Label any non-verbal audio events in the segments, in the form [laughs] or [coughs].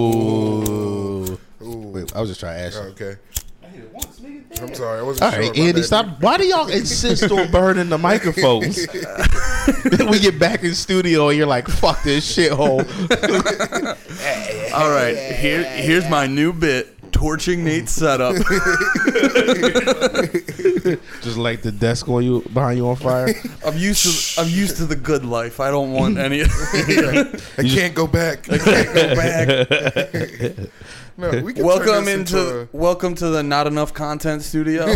Ooh. Wait, I was just trying to ask. you. Okay. I hit it once, nigga. I'm sorry. I wasn't All sure right, about Andy, that. stop. Why do y'all insist on burning the [laughs] microphones? [laughs] Then we get back in studio and you're like, fuck this shithole. All right, here here's my new bit: torching Nate's setup. [laughs] Just light the desk on you behind you on fire. [laughs] I'm used to I'm used to the good life. I don't want [laughs] [laughs] any. I can't go back. I can't go back. [laughs] no, we can turn welcome this into welcome to the not enough content [laughs] studio.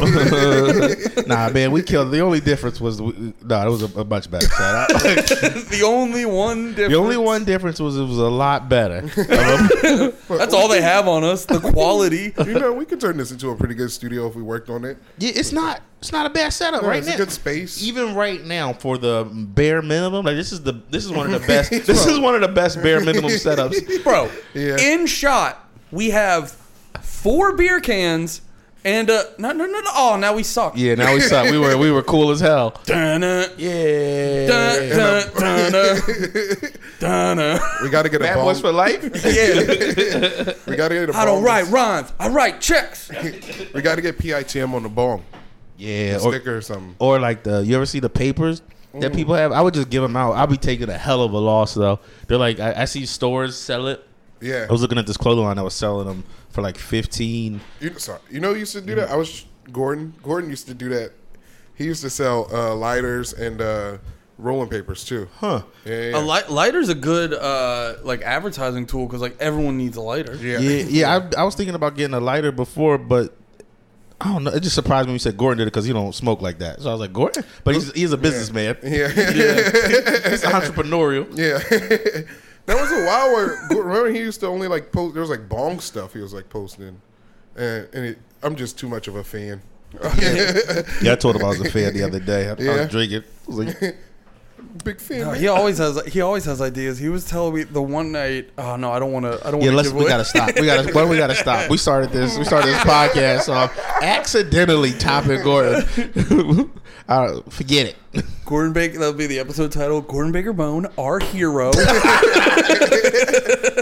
nah, man, we killed. The only difference was we, nah, it was a, a much better set. I- [laughs] the only one difference. the only one difference was it was a lot better. That's all they have on us. [laughs] The quality. a, you know we could turn this into a pretty good studio if we worked on it. Yeah, it's not. It's not a bad setup No, right it's a now. good space. Even right now, for the bare minimum, like this is the this is one of [laughs] the best. this is one of the best bare minimum setups. bro. Yeah. In shot, we have four beer cans and uh no no no no. Oh, now we suck. Yeah, now we suck. We were we were cool as hell. Dun-na, Yeah. dun, dun, dun-na, dun-na. [laughs] We got to get a Bad boys for [laughs] bomb. life. Yeah, We got to get a I bomb. don't write rhymes. I write checks. We got to get PITM on the bomb Yeah. Or, sticker or something. or like the you ever see the papers that people have? I would just give them out. I'll be taking a hell of a loss though. They're like I, I see stores sell it. Yeah. I was looking at this clothing line that was selling them for like fifteen. You, sorry, you know, who used to do that. I was Gordon. Gordon used to do that. He used to sell uh, lighters and uh, rolling papers too. Huh. Yeah, A yeah, light, lighter's a good uh like advertising tool because like everyone needs a lighter. yeah. Yeah, yeah. I, I was thinking about getting a lighter before, but I don't know. It just surprised me when you said Gordon did it because he don't smoke like that. So I was like Gordon, but he's he's a businessman. yeah. [laughs] He's entrepreneurial. Yeah. [laughs] that was a while where remember he used to only like post there was like bong stuff he was like posting. And and it, I'm just too much of a fan. Yeah, I told him I was a fan the other day. I, I Yeah. was drinking. I was [laughs] like, [laughs] Big fan. No, man. he always has he always has ideas. He was telling me the one night. Oh no, I don't want to. I don't yeah, want to let's. give We away. gotta stop. We gotta. Why do we gotta stop? We started this. We started this podcast off accidentally topping Gordon. [laughs] uh, forget it. [laughs] Gordon Baker. That'll be the episode title. Gordon Baker Bone, our [laughs] hero.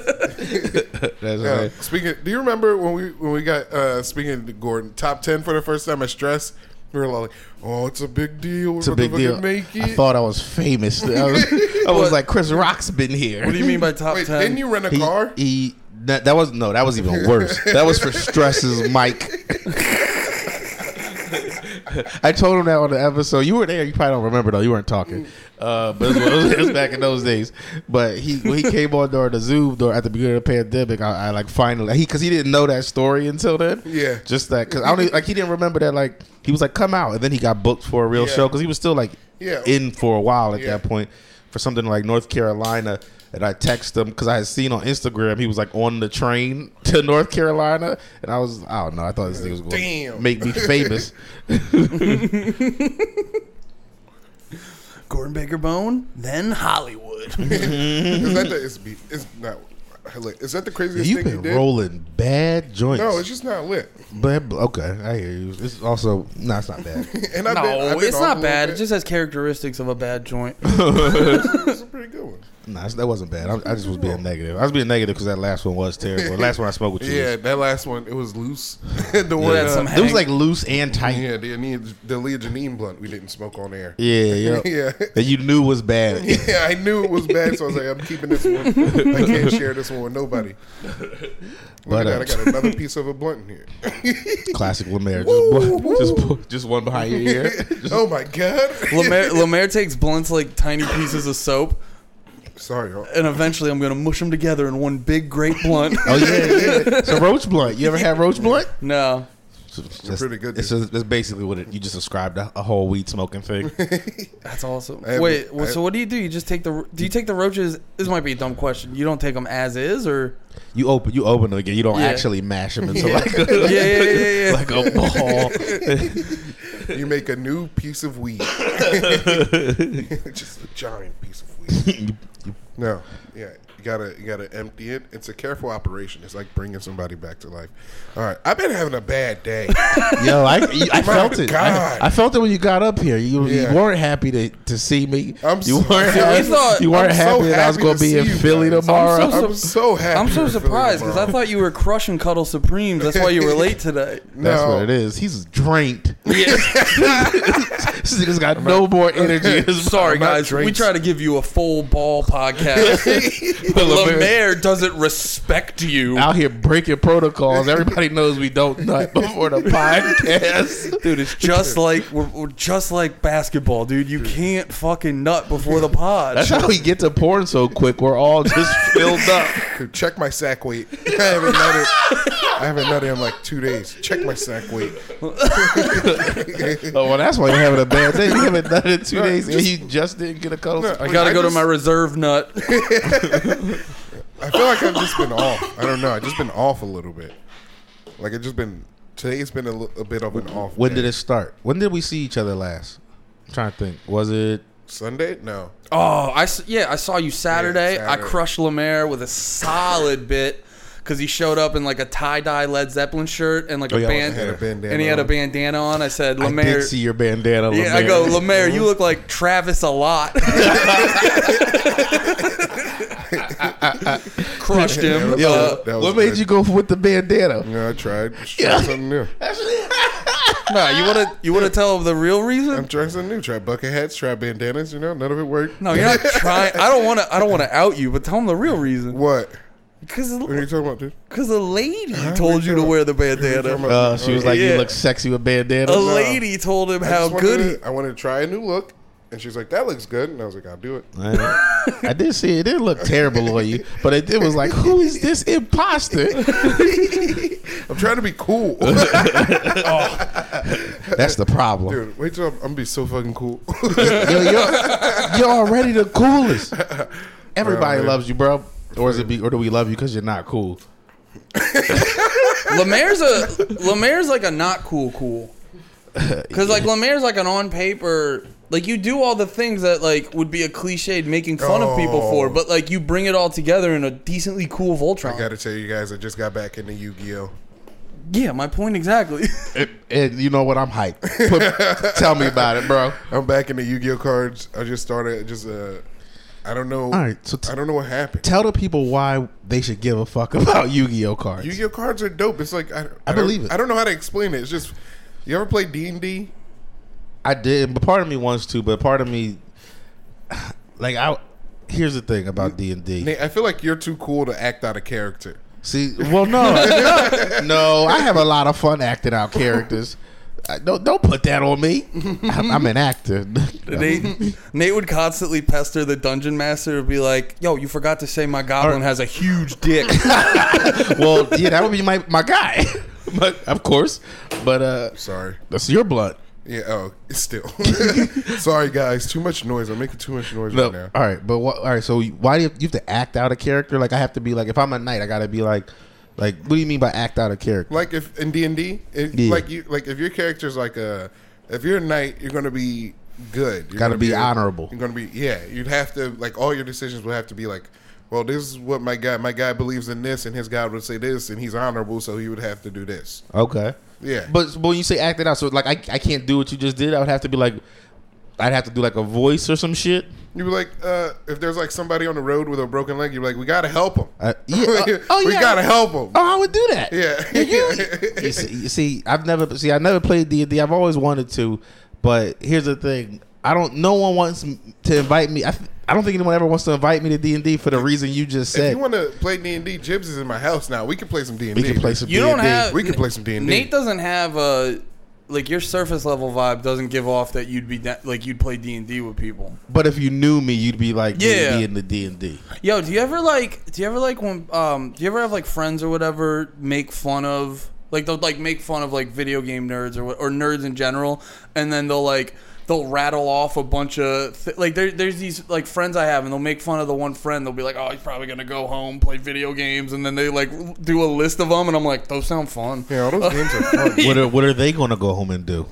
That's Yeah. right. Speaking do you remember when we when we got uh speaking to Gordon, top ten for the first time at stress? We were like, Oh, it's a big deal. We're It's a big deal. make it. I thought I was famous. I was, I was like, Chris Rock's been here. what do you mean by top Wait, ten? didn't you rent a He- [laughs] car? [laughs] He, that, that was no, that was even worse. that was for stresses, Mike. I told him that on the episode. You were there. You probably don't remember though. You weren't talking, uh, but it was, it was back in those days. But he when he came on during the Zoom door at the beginning of the pandemic. I, I like finally he because he didn't know that story until then. Yeah. just that because I don't even, like he didn't remember that like he was like come out and then he got booked for a real Yeah. show because he was still like Yeah. in for a while at Yeah. that point for something like North Carolina. And I texted him because I had seen on Instagram he was like on the train [laughs] to North Carolina, and I was I don't know I thought this thing was going to Damn. make me [laughs] famous. Gordon Baker Bone, [laughs] then Hollywood. is that the it's, be- it's not lit. Is that the craziest You've thing you been did? rolling bad joints. No, it's just not lit. [laughs] but okay, I hear you. It's also no, it's not [laughs] bad. And I've no, been- I've been it's off a not little bad. bit. It just has characteristics of a bad [laughs] joint. It's a pretty good one. nah, that wasn't bad. I, I just was being negative. I was being negative because that last one was terrible. The last one I spoke with you, [laughs] Yeah, yeah, that last one it was loose. [laughs] the one, had some uh, it was like loose and tight. yeah, the Ania- the Leah Janine blunt we didn't smoke on air. Yeah, yeah, Yeah. That you knew was bad. [laughs] Yeah, I knew it was bad, so I was like, I'm keeping this one. [laughs] I can't share this one with nobody. But, Look uh, at that, I got another piece of a blunt in [laughs] here. Classic Lemaire. Just one, just, pu- just one behind your ear. Just- [laughs] oh my god! Lemaire, Lemaire takes blunts like tiny pieces of soap, Sorry, y'all. and eventually I'm gonna mush them together in one big great [laughs] blunt. oh yeah, yeah. It's a roach blunt. You ever had roach blunt? no, It's, pretty good, It's just, that's basically what it. You just described a, a whole weed smoking thing. that's awesome. I have- Wait, well, I- so what do you do? You just take the do you take the roaches? This might be a dumb question. You don't take them as is, or You open you open them again. You don't Yeah. actually mash them into like a, [laughs] yeah, yeah, yeah, yeah. like a ball. You make a new piece [laughs] of weed. just a giant piece of weed. You- you- No, yeah, You gotta you gotta empty it. It's a careful operation. It's like bringing somebody back to life. All right, I've been having a bad day. Yo, I, you- I My felt it. I, God. I felt it when you got up here. You, you Yeah. weren't happy to, to see me. I'm you so- weren't We happy, thought- you weren't I'm so happy that I was happy going to to be see in you Philly guys. I'm tomorrow. so- I'm so happy. I'm so you're feeling surprised because I tomorrow. thought you were crushing Cuddle Supremes. That's why you were late today. That's No. what it is. He's [laughs] drained. [laughs] this nigga's got no more energy. in [laughs] his [laughs] Sorry, not guys. We drinks. try to give you a full ball [laughs] podcast. [laughs] but Lemaire- Lemaire doesn't respect you. out here breaking protocols. Everybody knows we don't [laughs] nut before the podcast. Dude, it's just like we're, we're just like basketball, dude. You can't fucking nut before the pod. That's how we get to porn so quick. We're all [laughs] just filled up. Dude, check my sack weight. [laughs] I haven't nutted. I haven't nutted in like two days. Check my sack weight. [laughs] Oh, well, that's why you're having a bad day. You haven't done it two No, days, and just- you just didn't get a cuddle. No, sp- I gotta I go just- to my reserve nut. I feel like I've just been off. I don't know. I've just been off a little bit. Like I've just been. Today's been a, li- a bit of an off. When day. did it start? When did we see each other last? I'm trying to think. Was it? Sunday? No. Oh, I s- yeah, I saw you Saturday. Yeah, I Saturday. crushed Lemaire with a solid bit because he showed up in like a tie dye Led Zeppelin shirt and like Oh, a yeah, band, I had a bandana and he had a on. bandana on. I said, I Lemaire. did see your bandana. yeah, I Lemaire. go, [laughs] Lemaire, you look like Travis a lot. [laughs] Crushed him. Yeah, Uh, That was what made good. you go with the bandana? No, I tried. Just Try Yeah. something new. Uh, nah, you wanna you wanna tell him the real reason? I'm trying something new. Try bucket hats. Try bandanas. You know, none of it worked. No, you're not trying. I don't wanna I don't wanna out you, but tell him the real reason. What? Because What are you talking about, dude? because a lady told you to wear the bandana. Uh, she was like, Yeah. "You look sexy with a bandana." lady told him I how just good wanted he. to- I wanted to try a new look, and she's like, "That looks good," and I was like, "I'll [laughs] do it." I, I did see it. It didn't look terrible on you, but it, it was like, "Who is this imposter?" I'm trying to be [laughs] cool, That's the problem. dude. Wait till I'm, I'm gonna be so fucking cool. [laughs] Yo, you're, you're already the coolest. Everybody Bro, man. loves you, bro. Or is it be, or do we love you because you're not cool? Lemaire's a Lemaire's like a not cool [laughs] cool. Because like Lemaire's like an on paper, like you do all the things that like would be a cliched making fun of people for, Oh. but like you bring it all together in a decently cool Voltron. I gotta tell you guys, I just got back into Yu-Gi-Oh. Yeah, my point exactly. And, and you know what? I'm hyped. Put- tell me about it, bro. I'm back into Yu-Gi-Oh cards. I just started. Just uh, I don't know. All right, so t- I don't know what happened. Tell the people why they should give a fuck about Yu-Gi-Oh cards. Yu-Gi-Oh cards are dope. It's like I, I don't- believe it. I don't know how to explain it. It's just you ever play D and D? I did, but part of me wants to, but part of me, [sighs] like I. Here's the thing about D and D. Nate, I feel like you're too cool to act out a character. See, [laughs] well, no, no, I have a lot of fun acting out characters. I, don't don't put that on me. I'm, I'm an actor. [laughs] Nate, Nate would constantly pester the dungeon master and be like, "Yo, you forgot to say my goblin has a huge dick." [laughs] [laughs] well, yeah, that would be my my guy. [laughs] but of course, but uh, Sorry. that's your blunt. Yeah. Oh, [laughs] it's still. [laughs] Sorry, guys. Too much noise. I'm making too much noise No, right now. all right, but what, all right. So why do you, you have to act out a character? Like I have to be like, if I'm a knight, I gotta be like, like what do you mean by act out a character? Like if in D and D, Yeah. like you, like if your character's like a, if you're a knight, you're gonna be good. You're Gotta gonna be honorable. You're gonna be yeah. You'd have to like all your decisions would have to be like, well, this is what my guy, my guy believes in this, and his guy would say this, and he's honorable, so he would have to do this. Okay, Yeah. but but when you say act it out, so like I I can't do what you just did. I would have to be like, I'd have to do like a voice or some shit. You'd be like, uh, if there's like somebody on the road with a broken leg, you'd be like, we gotta help him. Uh, yeah, uh, oh, [laughs] we yeah. gotta help him. Oh, I would do that. Yeah. [laughs] you, see, you see, I've never see, I never played D and D. I've always wanted to, but here's the thing: I don't. No one wants m- to invite me. I, th- I don't think anyone ever wants to invite me to D and D for the reason you just If said. you want to play D and D, Jibs is in my house now. We can play some D and D. we can play some. You D&D. don't have- We can play some D and D. Nate doesn't have a like your surface level vibe doesn't give off that you'd be da- like you'd play D and D with people. But if you knew me, you'd be like, yeah, Yeah. D in the D and [laughs] D. Yo, do you ever like? Do you ever like when? Um, do you ever have like friends or whatever make fun of like they'll like make fun of like video game nerds or what- or nerds in general, and then they'll like they'll rattle off a bunch of th- like there, there's these like friends I have and they'll make fun of the one friend they'll be like oh he's probably gonna go home play video games and then they like do a list of them and I'm like those sound fun [laughs] Yeah, all those games are fun. What are What are they gonna go home and do?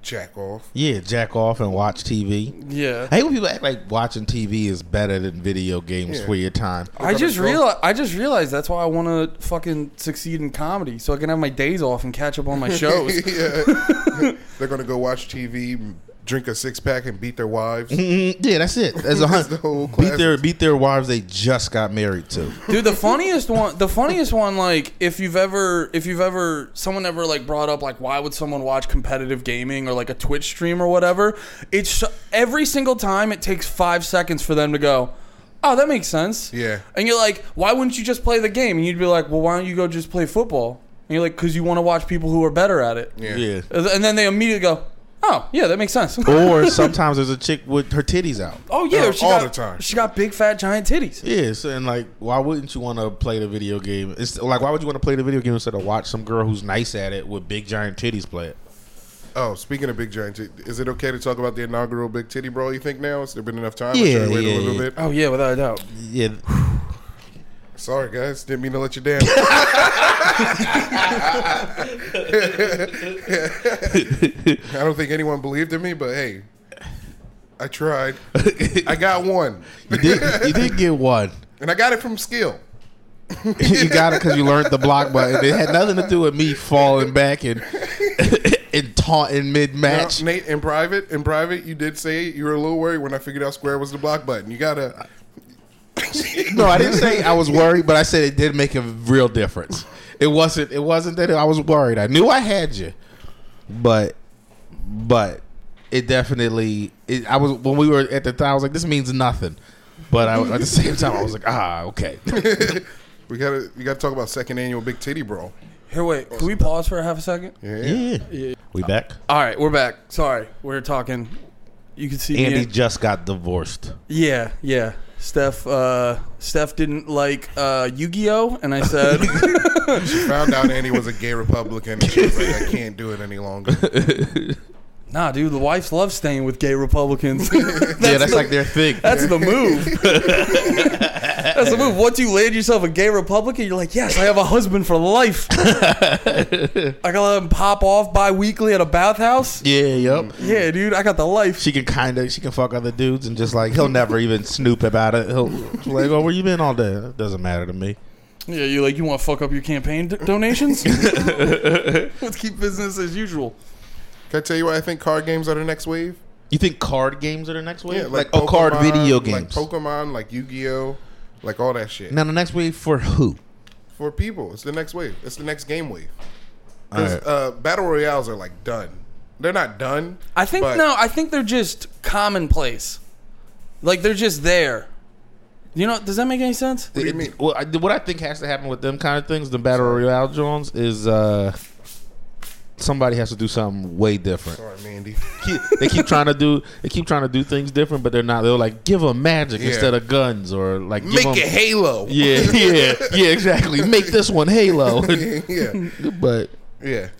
jack off. Yeah, jack off and watch TV. Yeah. I hate when people act like watching TV is better than video games Yeah. for your time. I Look just up a show. realized. I just realized that's why I want to fucking succeed in comedy, so I can have my days off and catch up on [laughs] my shows. [laughs] Yeah. They're gonna go watch TV, drink a six pack, and beat [laughs] their wives. Mm, yeah, that's it. [laughs] That's a the hundred. whole beat their classic. beat their wives they just got married to. Dude, the funniest one, the funniest one, like if you've ever, if you've ever, someone ever like brought up like why would someone watch competitive gaming or like a Twitch stream or whatever? It's so- every single time it takes five seconds for them to go. Oh, that makes sense. Yeah. And you're like, why wouldn't you just play the game? And you'd be like, well, why don't you go just play football? And you're like, because you want to watch people who are better at it. Yeah. Yeah. And then they immediately go, oh, yeah, that makes sense. or sometimes there's a chick with her titties out. oh, yeah. Oh, she all got, the time. She got big, fat, giant titties. Yeah, so and like, why wouldn't you want to play the video game? It's like, why would you want to play the video game instead of watch some girl who's nice at it with big giant titties play it? Oh, speaking of big giant, tit- is it okay to talk about the inaugural big titty brawl? You think now? Has there been enough time? Or Yeah, should I wait yeah, a little yeah. bit. Oh, yeah, without a doubt. Yeah, Sorry, guys, didn't mean to let you down. I don't think anyone believed in me, but hey, I tried. I got one, you did. You did get one. and I got it from skill. you got it because you learned the block button. It had nothing to do with me falling back and [laughs] and taunting mid Now, match. Nate, in private, in private, you did say you were a little worried when I figured out square was the block button. You gotta, [laughs] No, I didn't say I was worried, but I said it did make a real difference. It wasn't. It wasn't that I was worried. I knew I had you, but but it definitely. It, I was when we were at the time. I was like, this means nothing. But I, at the same time, I was like, ah, okay. we gotta, we gotta talk about second annual big titty brawl. Here, wait. Can we pause for a half a second? Yeah. [laughs] yeah. We back. All right, we're back. Sorry, we are talking. You can see Andy me. just got divorced. Yeah, yeah. Steph, uh, Steph didn't like uh, Yu-Gi-Oh, and I said, found out Andy was a gay Republican. And she was like, I can't do it any longer. "Nah, dude, the wife loves staying with gay Republicans. that's yeah, that's the, like their thing. that's the move. that's the move. Once you land yourself a gay Republican, you're like, yes, I have a husband for life. I gotta let him pop off bi-weekly at a bathhouse. yeah. Yep. Yeah, dude, I got the life. She can kind of she can fuck other dudes and just like he'll never even snoop about it. He'll like, oh, where you been all day? It doesn't matter to me. Yeah, you like you want to fuck up your campaign d- [laughs] donations? Let's keep business as usual. Can I tell you what I think card games are the next wave? You think card games are the next wave? Yeah, like oh, card Pokemon, video Like games. Pokemon, like Yu Gi Oh! Like all that shit. now the next wave for who? For people, it's the next wave. It's the next game wave. 'Cause, Alright. uh, battle royales are like done. They're not done. I think but no, I think they're just commonplace. Like they're just there. You know, does that make any sense? do you mean? Well, I, what I think has to happen with them kind of things, the battle royale Jones, is uh, somebody has to do something way different. Sorry, [laughs] Mandy. [laughs] Keep- they keep trying to do they keep trying to do things different, but they're not. They're like give them magic Yeah. instead of guns or like give Make 'em- it Halo. [laughs] [laughs] Yeah, yeah, yeah, exactly. Make this one Halo. yeah. but Yeah.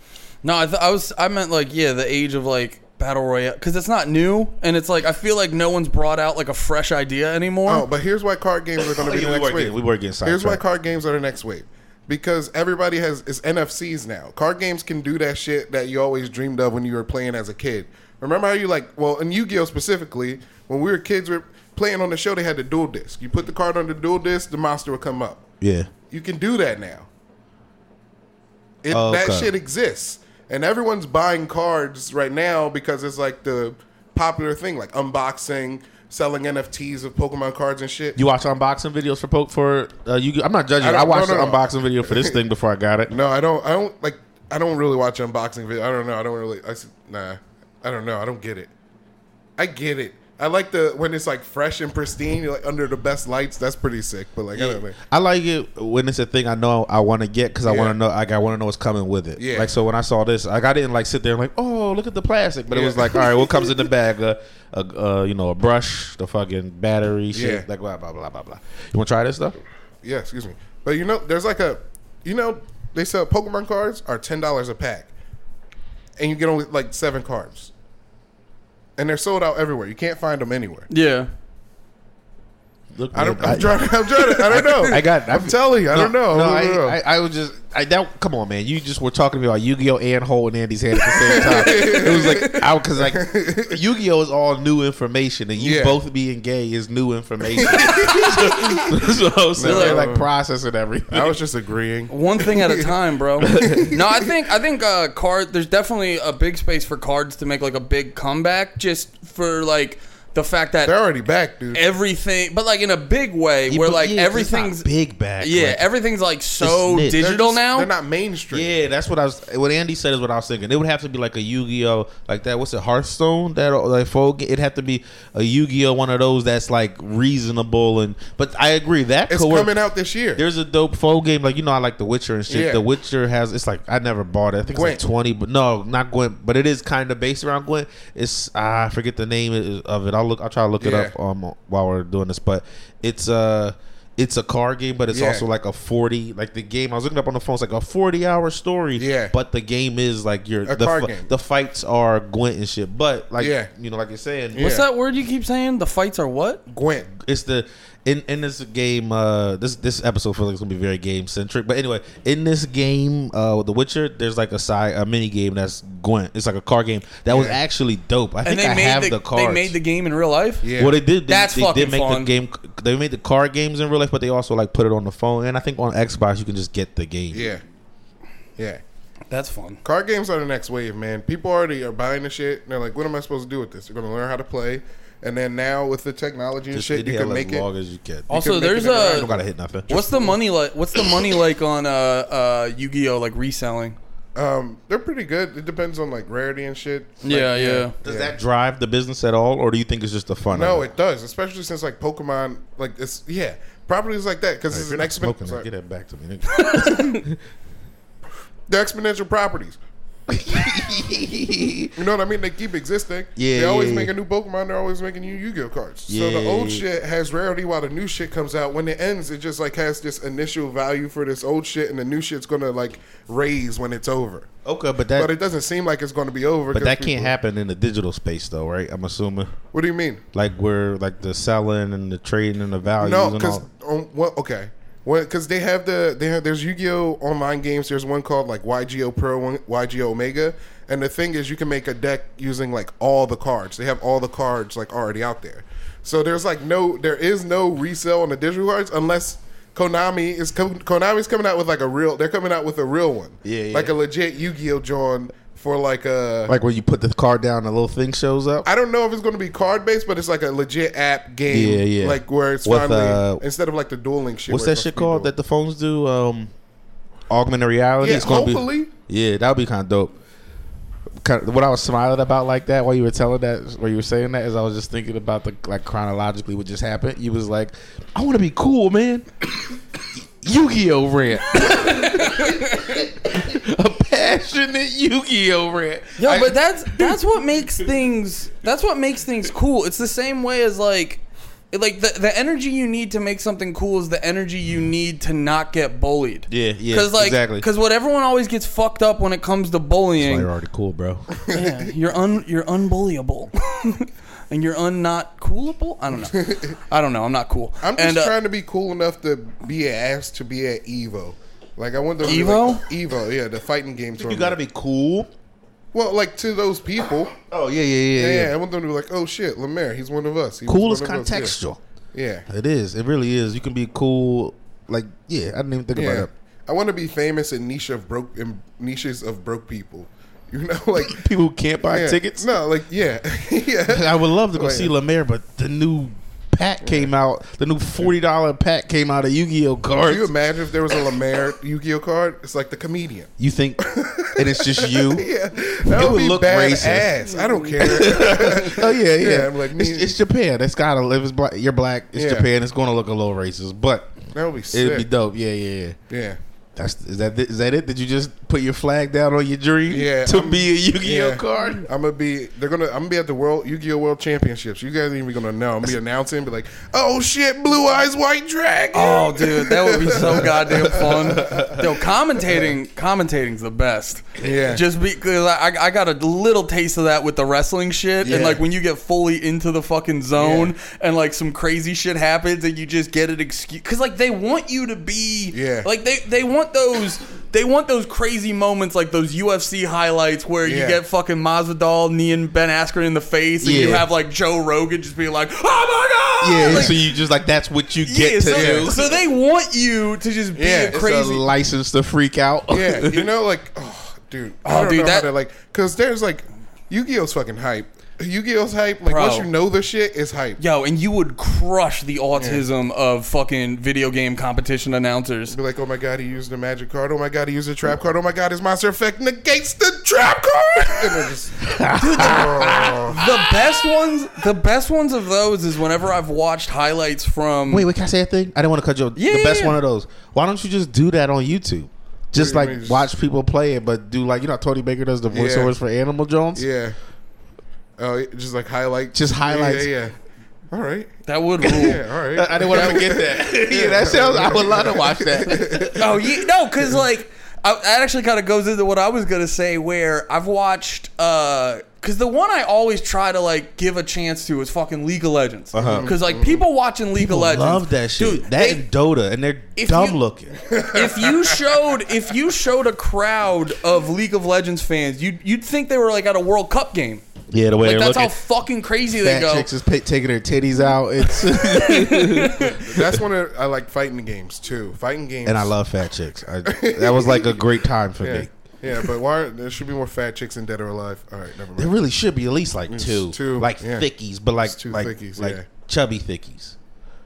No, I, th- I was I meant like yeah, the age of like battle royale because it's not new and it's like I feel like no one's brought out like a fresh idea anymore. Oh, but here's why card games are going to be the Oh, we, were next getting, wave. we were getting sidetracked. Here's why card games are the next wave. Because everybody has it's NFCs now. Card games can do that shit that you always dreamed of when you were playing as a kid. Remember how you like well in Yu-Gi-Oh specifically, when we were kids we were playing on the show they had the dual disc. You put the card on the dual disc, the monster would come up. yeah, You can do that now. It, Oh, That okay. shit exists, and everyone's buying cards right now because it's like the popular thing, like unboxing, selling NFTs of Pokemon cards and shit. you watch unboxing videos for poke for uh, you. I'm not judging. I I, don't- watched no, no, an no. unboxing video for this thing before I got it. no, I don't. I don't like. I don't really watch unboxing videos. I don't know. I don't really. I s- nah. I don't know. I don't get it. I get it. I like the when it's like fresh and pristine, you're like under the best lights. That's pretty sick. But like, I don't know. I like it when it's a thing I know I want to get because I Yeah. want to know. Like I want to know what's coming with it. Yeah. Like so when I saw this, like I didn't like sit there and like, oh, look at the plastic, but it Yeah. was like, all right, what comes in [laughs] the bag? A, a uh, you know, a brush, the fucking battery, shit, Yeah. like blah blah blah blah blah. You want to try this stuff? Yeah, excuse me. But you know, there's like a, you know, they sell Pokemon cards are ten dollars a pack, and you get only like seven cards, and they're sold out everywhere. You can't find them anywhere. yeah. look. I don't. man, I'm trying. I'm trying. To, I don't know. [laughs] I got. I'm telling you. I don't know. No, I don't know. I, I, I was just. I that. Come on, man. You just were talking about Yu-Gi-Oh and holding Andy's hand at the same time. [laughs] it was like I because like Yu-Gi-Oh is all new information, and you Yeah. both being gay is new information. [laughs] so, so, so they're like processing everything. I was just [laughs] agreeing. One thing at a time, bro. no, I think I think uh, card. There's definitely a big space for cards to make like a big comeback, just for like the fact that They're already back, dude. everything, but like in a big way, Yeah, where but like yeah, 'cause it's not everything's big back. yeah, like- everything's like so It's lit. They're They're digital just- now. They're not mainstream. Yeah, that's what I was. What Andy said is what I was thinking. It would have to be like a Yu-Gi-Oh, like that. What's it, Hearthstone? That like folk. It'd have to be a Yu-Gi-Oh, one of those that's like reasonable and. But I agree that It's could work. coming out this year. There's a dope phone game like you know I like The Witcher and shit. Yeah. The Witcher has it's like I never bought it. I think it's like Gwent. twenty, but no, not Gwent. But it is kind of based around Gwent. It's ah, I forget the name i- of it. I'll look. I'll try to look it Yeah. up um, while we're doing this. But it's Uh, it's a card game, but it's Yeah. also like a forty, like the game. I was looking up on the phone. It's like a forty-hour story. Yeah. but the game is like your A the card fi- game. the fights are Gwent and shit. But like Yeah. you know, like you're saying, Yeah. What's that word you keep saying? The fights are what? Gwent. it's the in in this game uh this this episode feels like it's gonna be very game centric but anyway in this game uh with the witcher there's like a side a mini game that's gwent it's like a card game that was actually dope i And think they i made have the, the, cards they made the game in real life. Yeah. well they did they, That's they fucking did make the fun. game they made the card games in real life but they also like put it on the phone and i think on xbox you can just get the game Yeah. Yeah. That's fun. Card games are the next wave, man. People already are buying the shit. And they're like, what am I supposed to do with this? They're going to learn how to play. And then now with the technology and just shit, you inhale can make as it. long as you can Also, can make there's it in- I you don't a gotta hit nothing what's the money like? What's the money like on uh uh Yu-Gi-Oh like reselling? Um, they're pretty good. It depends on like rarity and shit. Like, yeah, yeah. does that drive the business at all or do you think it's just the fun No, of it? it does, especially since like Pokemon, like it's yeah, properties like that because it's If you're an not expo- smoking that, sorry. get that back to me they're exponential properties. [laughs] nigga. [laughs] You know what I mean? They keep existing. Yeah, They always yeah, make yeah. a new Pokemon. They're always making new Yu-Gi-Oh cards. so Yeah, the old yeah. shit has rarity while the new shit comes out. When it ends, it just like has this initial value for this old shit, and the new shit's gonna like raise when it's over. Okay, but that But but, it doesn't seem like it's gonna be over. 'cause that can't people- happen in the digital space though, right? I'm assuming What do you mean? like where like the selling and the trading and the values No, and because all. um, well, okay, well, because they have the they have there's Yu-Gi-Oh online games. There's one called like YGO Pro, one, YGO Omega, and the thing is, you can make a deck using like all the cards. They have all the cards like already out there. So there's like no, there is no resale on the digital cards unless Konami is com- Konami's coming out with like a real. They're coming out with a real one, Yeah, yeah. like a legit Yu-Gi-Oh John for like uh, a Like when you put the card down, the little thing shows up. I don't know if it's going to be card based, but it's like a legit app game. Yeah, yeah. Like where it's With, finally uh, instead of like the dual link shit. What's where that it's shit supposed to called be that the phones do? Um, augmented reality. Yeah, It's gonna be- hopefully. yeah, that would be kind of dope. Kind of, what I was smiling about like that while you were telling that, while you were saying that, is I was just thinking about the like chronologically what just happened. You was like, "I want to be cool, man." [coughs] Yu-Gi-Oh rant, [laughs] a passionate Yu-Gi-Oh rant. Yeah, I- but that's that's what makes things that's what makes things cool. It's the same way as like like the the energy you need to make something cool is the energy you need to not get bullied. Yeah, yeah, Cuz like exactly. cuz what everyone always gets fucked up when it comes to That's why bullying. you're already cool, bro. Yeah, you're un you're unbullyable. [laughs] and you're un not coolable? I don't know. I don't know. I'm not cool. I'm just and, uh, trying to be cool enough to be an ass to be at Evo. Like I want them to Evo? be like, Evo, yeah, the fighting game. [laughs] You gotta be cool. well, like to those people. Oh yeah, yeah, Yeah, I want them to be like, oh shit, Lemaire, he's one of us. He was Cool is one of us." contextual. Yeah. yeah. It is. It really is. You can be cool. Like yeah, I didn't even think Yeah. about it. I want to be famous in niche of broke in niches of broke people. You know, [laughs] like People who can't buy yeah. [laughs] tickets. No, like yeah, yeah. I would love to go Oh, yeah. see Lemaire, but the new pack came out. The new forty dollar pack came out of Yu Gi Oh cards. Can you You, imagine if there was a Lemaire Yu-Gi-Oh card? It's like the comedian. think, and it's just you. [laughs] It Yeah, that would would be look bad racist. ass. I don't care. Oh yeah, yeah. Yeah, I'm like, it's, me- it's Japan. It's gotta live. It's black. You're black. It's Yeah. Japan. It's gonna look a little racist, but that would be it'd be sick. dope. Yeah, yeah, yeah. yeah, That's is that is that it? Did you just put your flag down on your dream Yeah, to I'm- be a Yu-Gi-Oh yeah. card? I'm gonna be. They're gonna. I'm gonna be at the world Yu-Gi-Oh World Championships. You guys ain't even gonna know. I'm gonna be announcing, be like, "Oh shit, Blue Eyes White Dragon." Oh, dude, that would be so goddamn fun. Yo, commentating, commentating's the best. Yeah. Just because I, I got a little taste of that with the wrestling shit, and Yeah. like when you get fully into the fucking zone, and like some crazy shit happens, and you just get an excuse because like they want you to be, Yeah. like they they want those. They want those crazy moments like those UFC highlights where you Yeah. get fucking Masvidal kneeing Ben Askren in the face and you Yeah. have like Joe Rogan just being like, "Oh my god!" Yeah, Like, so you just like that's what you get yeah, to so, do. so they want you to just be Yeah, a it's a It's a crazy. license to freak out. [laughs] yeah, you know, like, oh, dude, I Oh, don't dude, know that- how to like, because there's like, Yu-Gi-Oh's fucking hype. Yu-Gi-Oh's hype. Like Bro. once you know the shit, it's hype. Yo, and you would crush the autism of fucking video game competition announcers. Be like, oh my god, he used a magic card. Oh my god, he used a trap card. Oh my god, his monster effect negates the trap card. And they're just, oh, The best ones, the best ones of those is whenever I've watched highlights [laughs] from. Wait, wait, can I say a thing? I didn't want to cut you. off. Yeah, the yeah, best yeah. one of those. Why don't you just do that on YouTube? Just What do you like mean? watch people play it, but do like you know how Tony Baker does the voiceovers for Animal Jones. [laughs] yeah. Oh, it just like highlight. Just highlights. Yeah, yeah. yeah. All right. that would rule. Yeah. All right. I, I didn't want to forget [laughs] that. [laughs] yeah, that sounds. I would love to watch that. No, you, Oh, no, because like I, that actually kind of goes into what I was gonna say. Where I've watched, because the one I always try to like give a chance to is fucking League of Legends. Because like people watching League of Legends, Love that shit. Dude, that they- and Dota, and they're If dumb you- looking. if you showed if you showed a crowd of League of Legends fans, you'd you'd think they were like at a World Cup game. Yeah, the way Like they're that's how looking. fucking crazy Fat they go. chicks is pa- taking their titties out. It's That's one of I like fighting games too. Fighting [laughs] games. and I love fat chicks. I, that was like a great time for Yeah. me. Yeah, but why aren't, there should be more fat chicks in Dead or Alive? All right, never mind. There really should be at least like two, two, like yeah. thickies, but like two like thickies, like yeah. chubby thickies.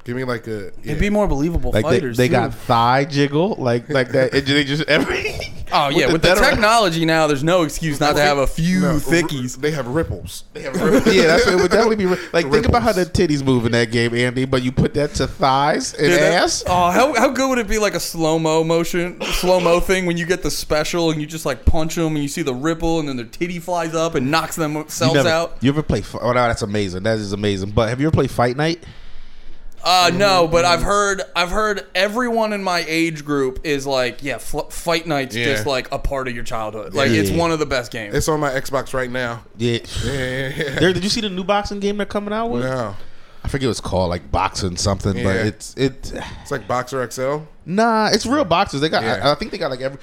Give me like a. Yeah. It'd be more believable Like they, fighters. they too. got thigh jiggle, like like that. It, they just every. [laughs] Oh yeah, with, the, dead- technology now, there's no excuse not to have a few No, r- thickies. They have ripples. They have yeah, that's it would definitely be like. Think about how the Ripples. titties move in that game, Andy. But you put that to thighs and Dude, that- ass. Oh, how, how good would it be like a slow mo motion, slow mo thing when you get the special and you just like punch them and you see the ripple and then their titty flies up and knocks You, themselves never, out? you ever play? fi- Oh, no, that's amazing. That is amazing. But have you ever played Fight Night? Uh, no, but I've heard I've heard everyone in my age group is like, yeah, fl- Fight Night's Yeah. just like a part of your childhood. Like Yeah. it's one of the best games. It's on my Xbox right now. [laughs] Yeah. Yeah, yeah, yeah. There, did you see the new boxing game they're coming out with? No, I forget what it's called, like boxing something, Yeah. but it's it. it's like Boxer XL. Nah, it's real boxers. They got. Yeah. I, I think they got like every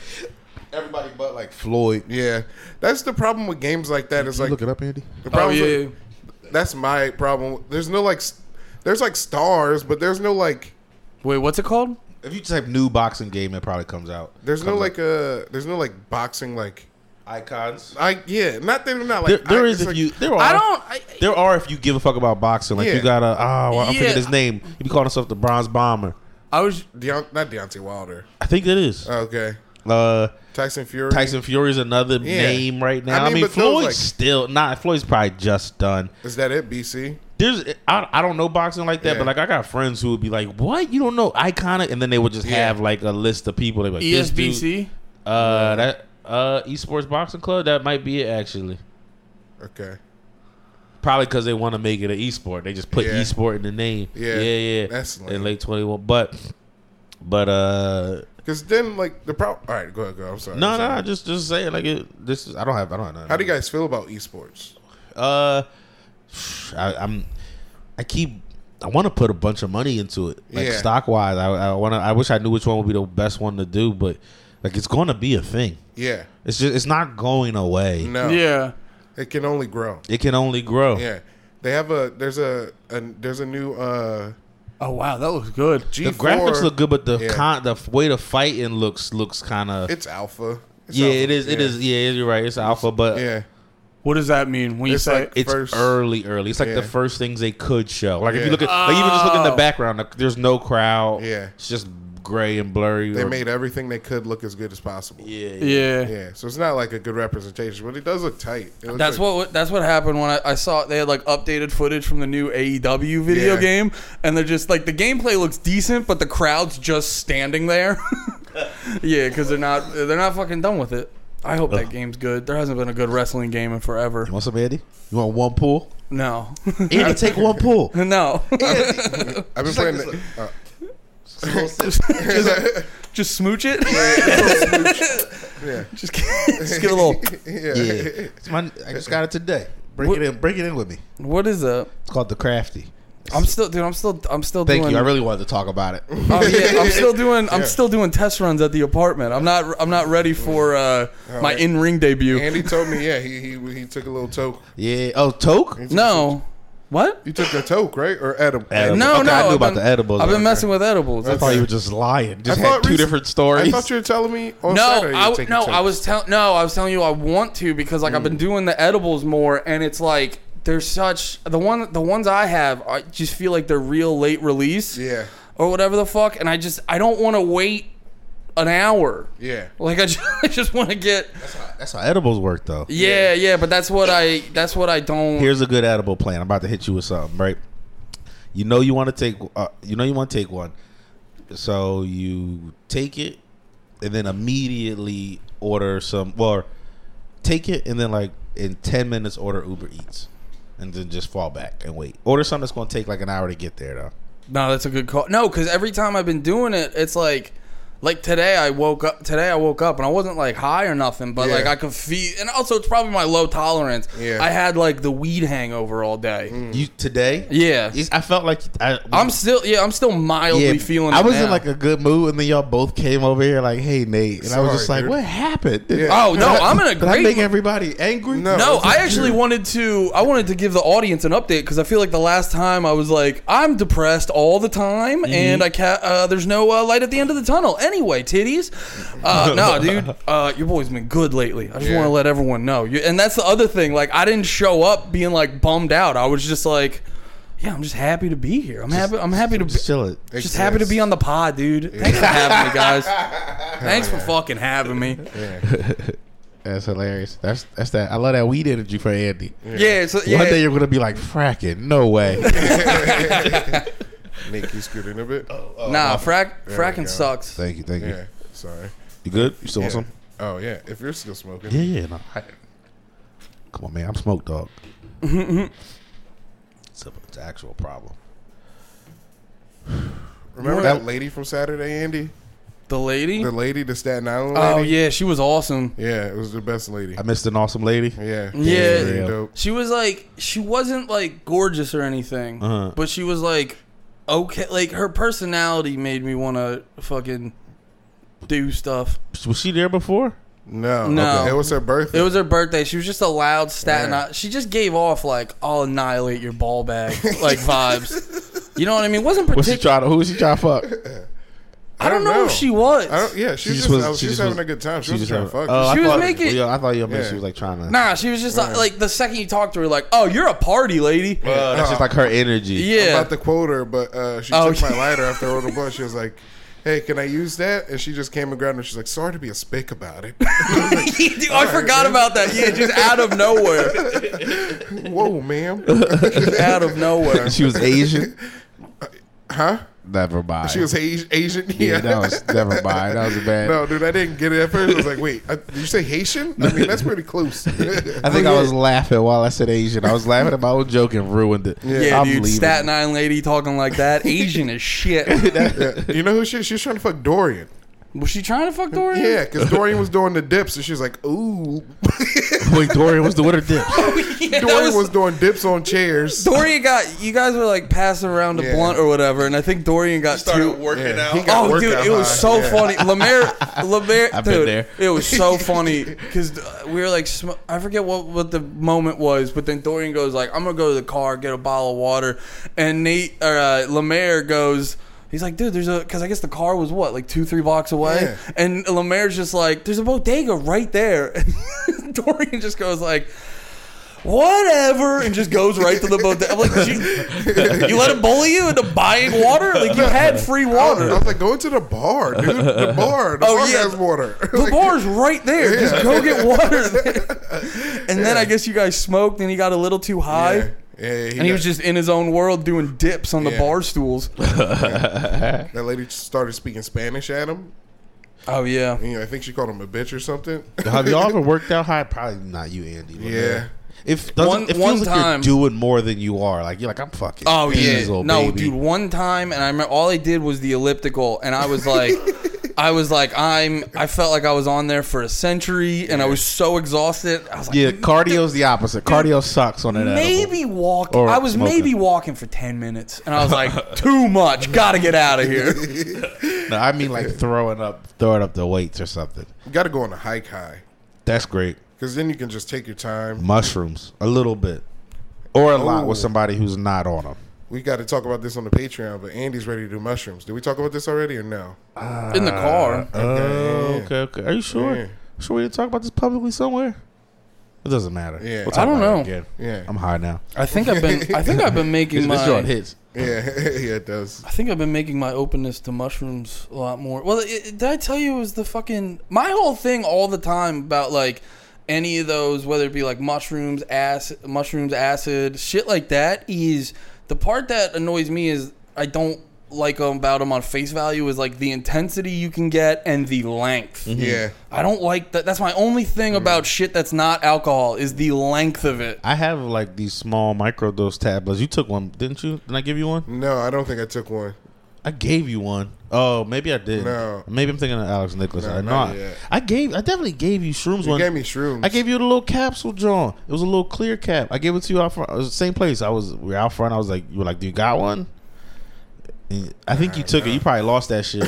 everybody but like Floyd. Yeah, that's the problem with games like that. Is You like look it up, Andy. the oh problem. yeah, yeah. with- that's my problem. There's no like, s- there's like stars, but there's no like, Wait, what's it called? If you type new boxing game, it probably comes out. there's no Comes like a, there's no like boxing like. up. icons. I yeah, not that they're not There, like there I, is it's if like- you. There are. I don't. I, There are if you give a fuck about boxing. Like Yeah. you got to oh, well, I'm Yeah. forgetting his name. He be calling himself the Bronze Bomber. I was. Deont- not Deontay Wilder. I think it is. Okay, Uh, Tyson Fury. Tyson Fury is another Yeah. name right now. I I mean, mean, but those, Floyd's like- still not. Floyd's probably just done. Is that it? BC. There's I, I don't know boxing like that, Yeah. but like I got friends who would be like, "What you don't know iconic?" And then they would just Yeah. have like a list of people. They like E this dude- ESBC. Uh, that uh esports boxing club. That might be it actually. Okay. Probably because they want to make it an esport. They just put Yeah. esport in the name. Yeah. yeah, yeah. That's lame. in late twenty one, but but uh, Because then, like, the problem. All right, go ahead, go. ahead. I'm sorry. no, I'm no, sorry. no, just just saying like it. This is I don't have I don't know. How do you guys feel about esports? Uh, I, I'm I keep I want to put a bunch of money into it, like Yeah. stock wise. I I want to. I wish I knew which one would be the best one to do, but like it's going to be a thing. Yeah. It's just it's not going away. No. Yeah. It can only grow. It can only grow. Mm. Yeah. They have a there's a, a there's a new uh Oh wow, that looks good. G4. The graphics look good, but the Yeah. con the way the fighting looks looks kind of It's alpha. It's yeah. alpha. It is. It Yeah. is. Yeah, you're right. It's alpha, but Yeah. What does that mean when you It's say? like- it's First- early, early. It's like Yeah. the first things they could show. Like if Yeah. you look at, like even just look in Oh. the background, like, there's no crowd. Yeah. it's just gray and blurry. They or- made everything they could look as good as possible. Yeah, yeah. yeah. Yeah. So it's not like a good representation, but it does look tight. It looks That's like, what that's what happened when I, I saw they had like updated footage from the new AEW video Yeah. game, and they're just like the gameplay looks decent, but the crowd's just standing there. yeah, because they're not they're not fucking done with it. I hope that game's good. There hasn't been a good wrestling game in forever. You want some Andy? You want one pool? No, Andy, take one pool. [laughs] no. I've been Just like playing. this, the- uh, [laughs] Just smooch it. [laughs] yeah. just, just give a little. [laughs] [laughs] yeah, Yeah, It's my- I just got it today. Bring What- it in. Bring it in with me. What is that? It's called the crafty. I'm still, dude. I'm still, I'm still Thank doing. you. I really wanted to talk about it. [laughs] Oh, [laughs] yeah, I'm still doing. I'm still doing test runs at the apartment. I'm not. I'm not ready for Oh, uh, my right. in ring debut. Andy told me, yeah, he he he took a little toke. Yeah. Oh, toke. no, what? You took a toke, right? Or edible? Edible. Edible. No, Okay, no. I knew I've about been- the edibles. I've been Okay. messing with edibles. I thought you were just lying. Just I had thought two recent- different stories. I thought you were telling me. On No, Saturday you I were w- taking no, I tokes. was telling no, I was telling you I want to because like I've Mm. been doing the edibles more, and it's like they're such the one the ones I have. I just feel like they're real late release, Yeah. or whatever the fuck, and I just I don't want to wait an hour. Yeah. Like I just, [laughs] I just want to get That's how edibles work, though. yeah yeah, but that's what I that's what I don't. Here's a good edible plan. I'm about to hit you with something, right? You know you want to take. Uh, you know you want to take one. So you take it, and then immediately order some. Well, take it and then like in ten minutes order Uber Eats, and then just fall back and wait. Order something that's gonna take like an hour to get there, though. No, that's a good call. No, because every time I've been doing it, it's like, like today I woke up. Today I woke up and I wasn't like high or nothing, but Yeah. like I could feel. And also, it's probably my low tolerance. Yeah. I had like the weed hangover all day. You today? Yeah, It's- I felt like I, I'm still yeah, I'm still mildly feeling. I it was in now. like a good mood, and then y'all both came over here like, "Hey, Nate," and I was Sorry, just like, dude. "What happened?" Did- Yeah. [laughs] Oh no, did I- I'm in a Did I great. make mo- everybody angry? No. no, I actually wanted to. I wanted to give the audience an update because I feel like the last time I was like, I'm depressed all the time, and I ca- uh, there's no uh, light at the end of the tunnel. Anyway, titties. Uh, no, dude, uh, your boy's been good lately. I just Yeah. want to let everyone know. You, and that's the other thing. Like, I didn't show up being like bummed out. I was just like, yeah, I'm just happy to be here. I'm happy. I'm happy to. Be, Just just chill it. happy to be on the pod, dude. Thanks for having me, guys. Thanks for fucking having me. That's hilarious. That's that's that. I love that weed energy for Andy. Yeah, so, yeah. One day you're gonna be like fracking. No [laughs] way. Nick, you scooting a bit. Oh, Nah, frack, we go. fracking sucks. thank you, thank yeah. you. Sorry. You good? You still want Yeah. some? Oh yeah. If you're still smoking. Yeah, yeah. No. I- Come on, man. I'm smoked, [laughs] dog. it's, a, it's an actual problem. Remember Remember- that lady from Saturday, Andy? The [laughs] lady? The lady, the Staten Island lady. oh yeah, she was awesome. Yeah, it was the best lady. I missed an awesome lady. Yeah. Yeah. Pretty dope. She was like she wasn't like gorgeous or anything, Uh-huh. but she was like okay, like her personality made me want to fucking do stuff. Was she there before? No. No. Okay. It was her birthday. It was her birthday. She was just a loud Staten Yeah. Island. She just gave off like I'll annihilate your [laughs] ball bag like vibes. You know what I mean? Wasn't Was she particular. trying to? Who was she trying to fuck? I don't know if she was. I don't, yeah, She she, just was just, was- I was- she she was just having was- a good time. [laughs] She, she was just trying to had- fuck. Oh, She I was thought, making- well, yeah, I thought you meant Yeah. she was like trying to. Nah, she was just like, like the second you talked to her, like, oh, you're a party lady. [laughs] Uh, that's just like her energy. I'm yeah. about to quote her, but uh, she Oh, took my yeah. lighter after I [laughs] ordered a blunt. She was like, "Hey, can I use that?" And she just came and grabbed me. She's like, "Sorry to be a spick about it." [laughs] Dude, I forgot about that. Yeah, just out of [laughs] nowhere. Whoa, [laughs] ma'am. out of [laughs] [laughs] nowhere. she was [laughs] Asian. Huh? Never mind. She was Asi- Asian. Yeah. Yeah, that was never mind. That was a bad. [laughs] no, dude, I didn't get it at first. I was like, "Wait, I, did you say Haitian?" I mean, that's pretty [laughs] close. I think I was laughing while I said Asian. I was laughing at my own joke and ruined it. Yeah, dude, Staten Island lady talking [laughs] like that, Asian as shit. [laughs] Yeah. You know who she? She was trying to fuck Dorian. Was she trying to fuck Dorian? [laughs] Yeah, because Dorian was doing the dips, and she was like, "Ooh." Wait, Dorian was the winner [laughs] dip. Oh, Yeah, [laughs] that Dorian was, was- doing dips on chairs. Dorian got you guys were like passing around a Yeah. blunt or whatever, and I think Dorian got two. Yeah, he got Oh, dude, workout it was high. so Yeah. funny. Lemaire, Lemaire, [laughs] I've been dude, there. it [laughs] was so funny because we were like, sm- I forget what, what the moment was, but then Dorian goes like, I'm gonna go to the car, get a bottle of water, and Nate or uh, Lemaire goes. He's like, dude, there's a, because I guess the car was what, like two, three blocks away? Yeah. And Lemaire's just like, there's a bodega right there. [laughs] And Dorian just goes like, whatever, and just goes right to the bodega. I'm like, you, [laughs] you let him bully you into buying water? Like, you had free water. I was like, go into the bar, dude. [laughs] The bar. The Oh, bar yeah. has water. [laughs] The bar's right there. Just go [laughs] get water. and then I guess you guys smoked and he got a little too high. Yeah. Yeah, And he got- was just in his own world doing dips on the Yeah. bar stools. that lady started speaking Spanish at him. Oh yeah. You know, I think she called him a bitch or something. [laughs] Have y'all ever worked out high? Probably not you, Andy. but, Yeah. If doesn't, One- it feels one like time- you're doing more than you are. Like you're like I'm fucking. Oh yeah, Diesel, no, baby. dude. One time, and I remember all I did was the elliptical, and I was [laughs] like, I was like, I'm. I felt like I was on there for a century, and I was so exhausted. I was like, Yeah, cardio's the opposite. Cardio sucks on an edible. maybe walk. Or I was smoking. maybe walking for ten minutes, and I [laughs] was like, too much. Got to get out of here. No, I mean like throwing up, throwing up the weights or something. You got to go on a hike high That's great. because then you can just take your time. Mushrooms, a little bit, or a lot with Ooh. somebody who's not on them. We got to talk about this on the Patreon, but Andy's ready to do mushrooms. Did we talk about this already or no? In the car. Oh, yeah. okay, okay. Are you sure? Yeah. Sure, we didn't talk about this publicly somewhere. It doesn't matter. Yeah. We'll talk I don't about it know. again. Yeah. I'm high now. I think I've been. I think I've been making This joint my. hits. [laughs] Yeah, [laughs] yeah, it [laughs] does. I think I've been making my openness to mushrooms a lot more. Well, it, it- did I tell you it was the fucking my whole thing all the time about like any of those, whether it be like mushrooms, acid, mushrooms, acid, shit like that. Is the part that annoys me is I don't like about them on face value is like the intensity you can get and the length. Yeah. I don't like that. That's my only thing about shit that's not alcohol is the length of it. I have like these small microdose tablets. You took one, didn't you? Did I give you one? No, I don't think I took one. I gave you one. Oh, maybe I did. No. Maybe I'm thinking of Alex Nicholas. No, I know. not I, yet. I gave. I definitely gave you shrooms You one. gave me shrooms. I gave you the little capsule, John. It was a little clear cap. I gave it to you out front. It was the same place. I was we were out front. I was like, you were like, do you got one? And I think you took it. You probably lost that [laughs] shit.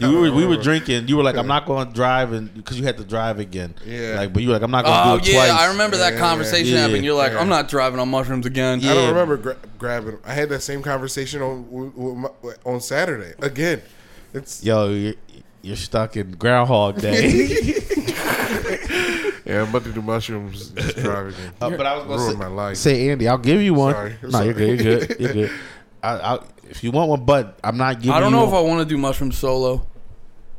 You were, we were drinking. You were like, I'm not going to drive, and because you had to drive again. Yeah. Like, but you were like, I'm not going to Oh do it yeah, twice. I remember that Yeah, conversation yeah, happening. You're like, yeah. I'm not driving on mushrooms again. I Yeah. don't remember gra- grabbing 'em. I had that same conversation on w- w- my- on Saturday again. It's Yo, you're, you're stuck in Groundhog Day. [laughs] [laughs] yeah, I'm about to do [laughs] mushrooms. Just driving. Uh, but I was going to ruin say, my life. say, Andy, I'll give you one. Sorry. No, you're good. You're good. You're good. I, I, if you want one, but I'm not giving. I don't you know one. if I want to do mushrooms solo.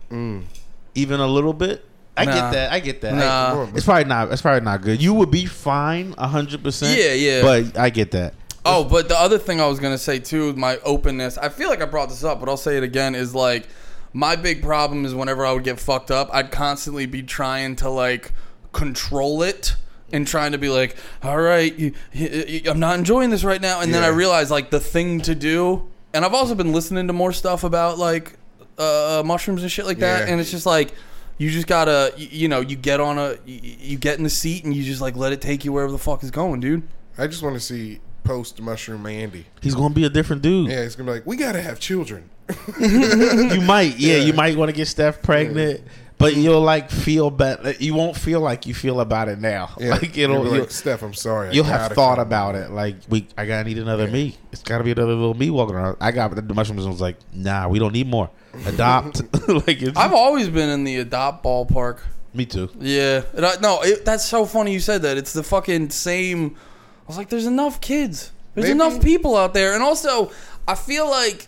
even a little bit. I Nah. get that. I get that. Nah. I- it's probably not. It's probably not good. You would be fine, hundred percent. Yeah, yeah. But I get that. Oh, but the other thing I was gonna say too, my openness. I feel like I brought this up, but I'll say it again. Is like my big problem is whenever I would get fucked up, I'd constantly be trying to like control it and trying to be like, all right, you, you- you- I'm not enjoying this right now. And then I Yeah. realized like the thing to do. And I've also been listening to more stuff about like uh, mushrooms and shit like that. Yeah. And it's just like. You just gotta, you, you know, you get on a, you, you get in the seat and you just like let it take you wherever the fuck is going, dude. I just want to see post mushroom Andy. He's gonna be a different dude. Yeah, he's gonna be like, we gotta have children. [laughs] You might, yeah, you might want to get Steph pregnant, but you'll like feel better. You won't feel like you feel about it now. Yeah, Like it'll, He'll be you'll, like, Steph, I'm sorry. I you'll have gotta thought come." about it. Like we, I gotta need another me. It's gotta be another little me walking around. I got the mushrooms. and was like, nah, we don't need more. Adopt, [laughs] like it's, I've always been in the adopt ballpark. me too. Yeah. And I- no, it, that's so funny you said that. It's the fucking same. I was like, there's enough kids. There's Maybe- enough people out there. And also, I feel like.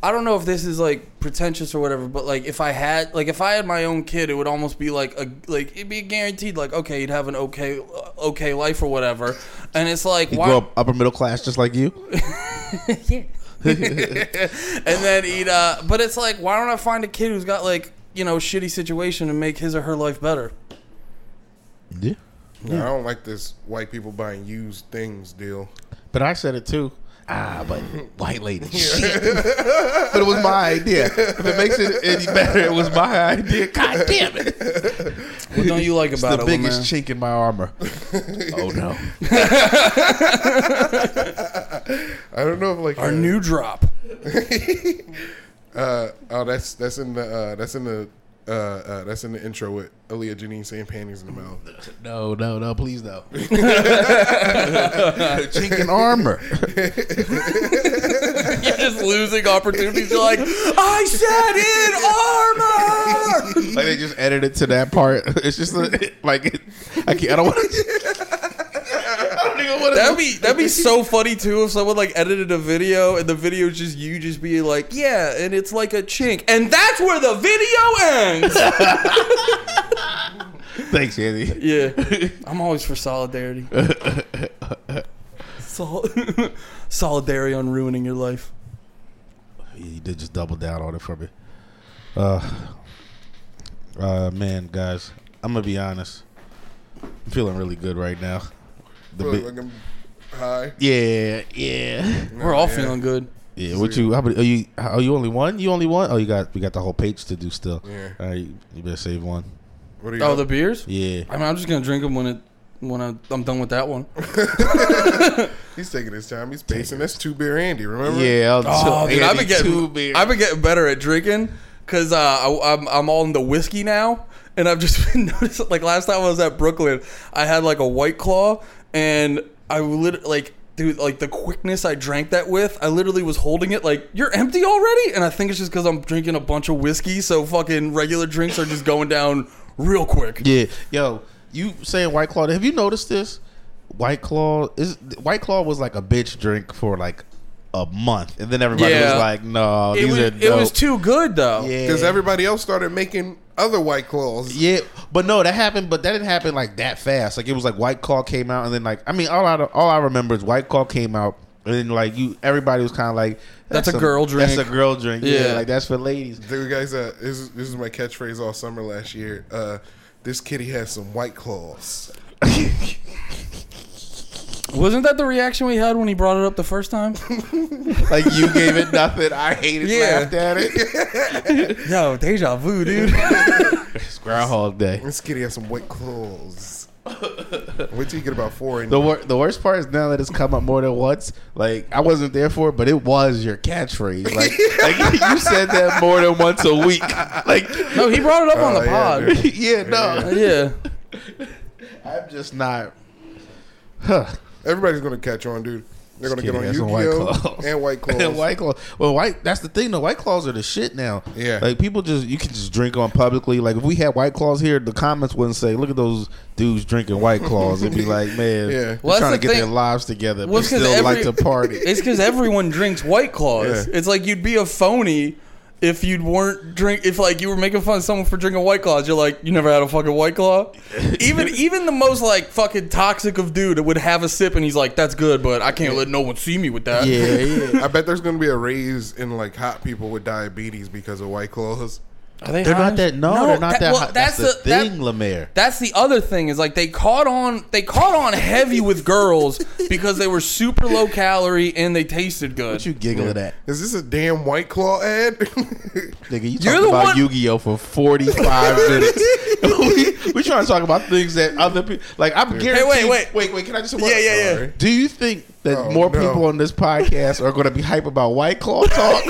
I don't know if this is like pretentious or whatever, but like if I had like if I had my own kid, it would almost be like a like it'd be guaranteed like okay, you'd have an okay okay life or whatever. And it's like You why grow up upper middle class just like you. and then eat uh but it's like why don't I find a kid who's got like, you know, shitty situation and make his or her life better? Yeah. No, I don't like this white people buying used things deal. But I said it too. Ah, [laughs] but white lady. Shit. [laughs] but it was my idea. If it makes it any better, it was my idea. God damn it. What don't you like It's about the it, biggest Lemare? chink in my armor. oh [laughs] no. I don't know if like Our uh, new drop. Uh, oh, that's that's in the uh, that's in the uh, uh, that's in the intro with Aaliyah Janine saying panties in the mouth. No, no, no, please no. [laughs] chink in [laughs] armor. [laughs] You're just losing opportunities. You're like, I said in armor. Like they just edited to that part. [laughs] It's just a, like I can't I don't want [laughs] to I don't even want to That'd be that'd be so funny too if someone like edited a video and the video's just you just being like, yeah, and it's like a chink, and that's where the video [laughs] ends. Thanks, Andy. [laughs] yeah, I'm always for solidarity. [laughs] Sol- [laughs] solidarity on ruining your life. You did just double down on it for me. Uh, Uh, man, guys, I'm gonna be honest. I'm feeling really good right now. The Really big- looking high. yeah, [laughs] yeah, We're all yeah. feeling good. yeah. What you? How about? Are you? Are you only one? You only one? Oh, you got we got the whole page to do still. Yeah. All right, you better save one. What are you? Oh, the beers? Yeah. I mean, I'm just gonna drink them when it when I, I'm done with that one. He's taking his time. He's pacing. That's two beer Andy. Remember? Yeah, I'll Oh, so dude, I've been Andy, getting two beers. I've been getting better at drinking because uh, I- I'm I'm all into whiskey now, and I've just [laughs] been noticing. Like last time I was at Brooklyn, I had like a White Claw, and I lit like. Dude, like the quickness I drank that with, I literally was holding it like you're empty already, and I think it's just because I'm drinking a bunch of whiskey, so fucking regular drinks are just going down real quick. Yeah, yo, you saying White Claw? Have you noticed this? White Claw is White Claw was like a bitch drink for like a month, and then everybody Yeah. was like, "No, It these was, are it was dope. too good though. yeah, Because everybody else started making other white claws. yeah." But no, that happened, but that didn't happen like that fast. Like it was like White Claw came out, and then like I mean, all I all I remember is White Claw came out, and then like you, everybody was kind of like, That's a girl drink." That's a girl drink. Yeah, Yeah. like that's for ladies." Dude, guys, uh, this, is, this is my catchphrase all summer last year. Uh, this kitty has some white claws. Wasn't that the reaction we had when he brought it up the [laughs] first time? Like you gave it [laughs] nothing. I hated Yeah. laughed at it. [laughs] Yo, deja [laughs] vu, dude. [laughs] It's Groundhog Day. This kitty has some white claws. Wait till you get about four. And The, wor- the worst part is now that it's come up more than once. Like I wasn't there for it, but it was your catchphrase. [laughs] Like, like you said that more than once a week. Like, No, he brought it up on Oh, the yeah, pod. [laughs] dude. yeah, Uh, no, [laughs] yeah. I'm just not. Huh. Everybody's gonna catch on, dude. They're gonna get on Kidding, Yu that's Gi Oh Claws. and white claws. [laughs] And white claw. Well, white. That's the thing. though. white claws are the shit now. Yeah. Like people just you can just drink on publicly. Like if we had white claws here, the comments wouldn't say, "Look at those dudes drinking white claws." It'd be [laughs] like, man, Yeah. they're Well, that's trying to the get their thing. lives together, Well, but 'cause still like to every- party. [laughs] It's because everyone drinks White Claws. Yeah. It's like you'd be a phony if you weren't drink. If like you were making fun of someone for drinking White Claws, you're like, you never had a fucking [laughs] White Claw. even even the most like fucking toxic of dude would have a sip and he's like, that's good, but I can't let no one see me with that. yeah, yeah. I bet there's gonna be a raise in like hot people with diabetes because of white claws. [laughs] Are they They're high? not that. No, they're not that. well, hot. That's, the, that- thing, Lemaire. That's the other thing is like they caught on they caught on heavy with girls because they were super low calorie and they tasted good. What you giggling at, Is this a damn white claw ad? [laughs] nigga? You You're talked the about one- Yu-Gi-Oh for forty five minutes. [laughs] we, we trying to talk about things that other people like. I'm guaranteed. wait, wait. wait, wait. Can I just? Yeah, yeah, yeah. Sorry. Do you think that Oh, more no. people on this podcast are going to be hype about White Claw talk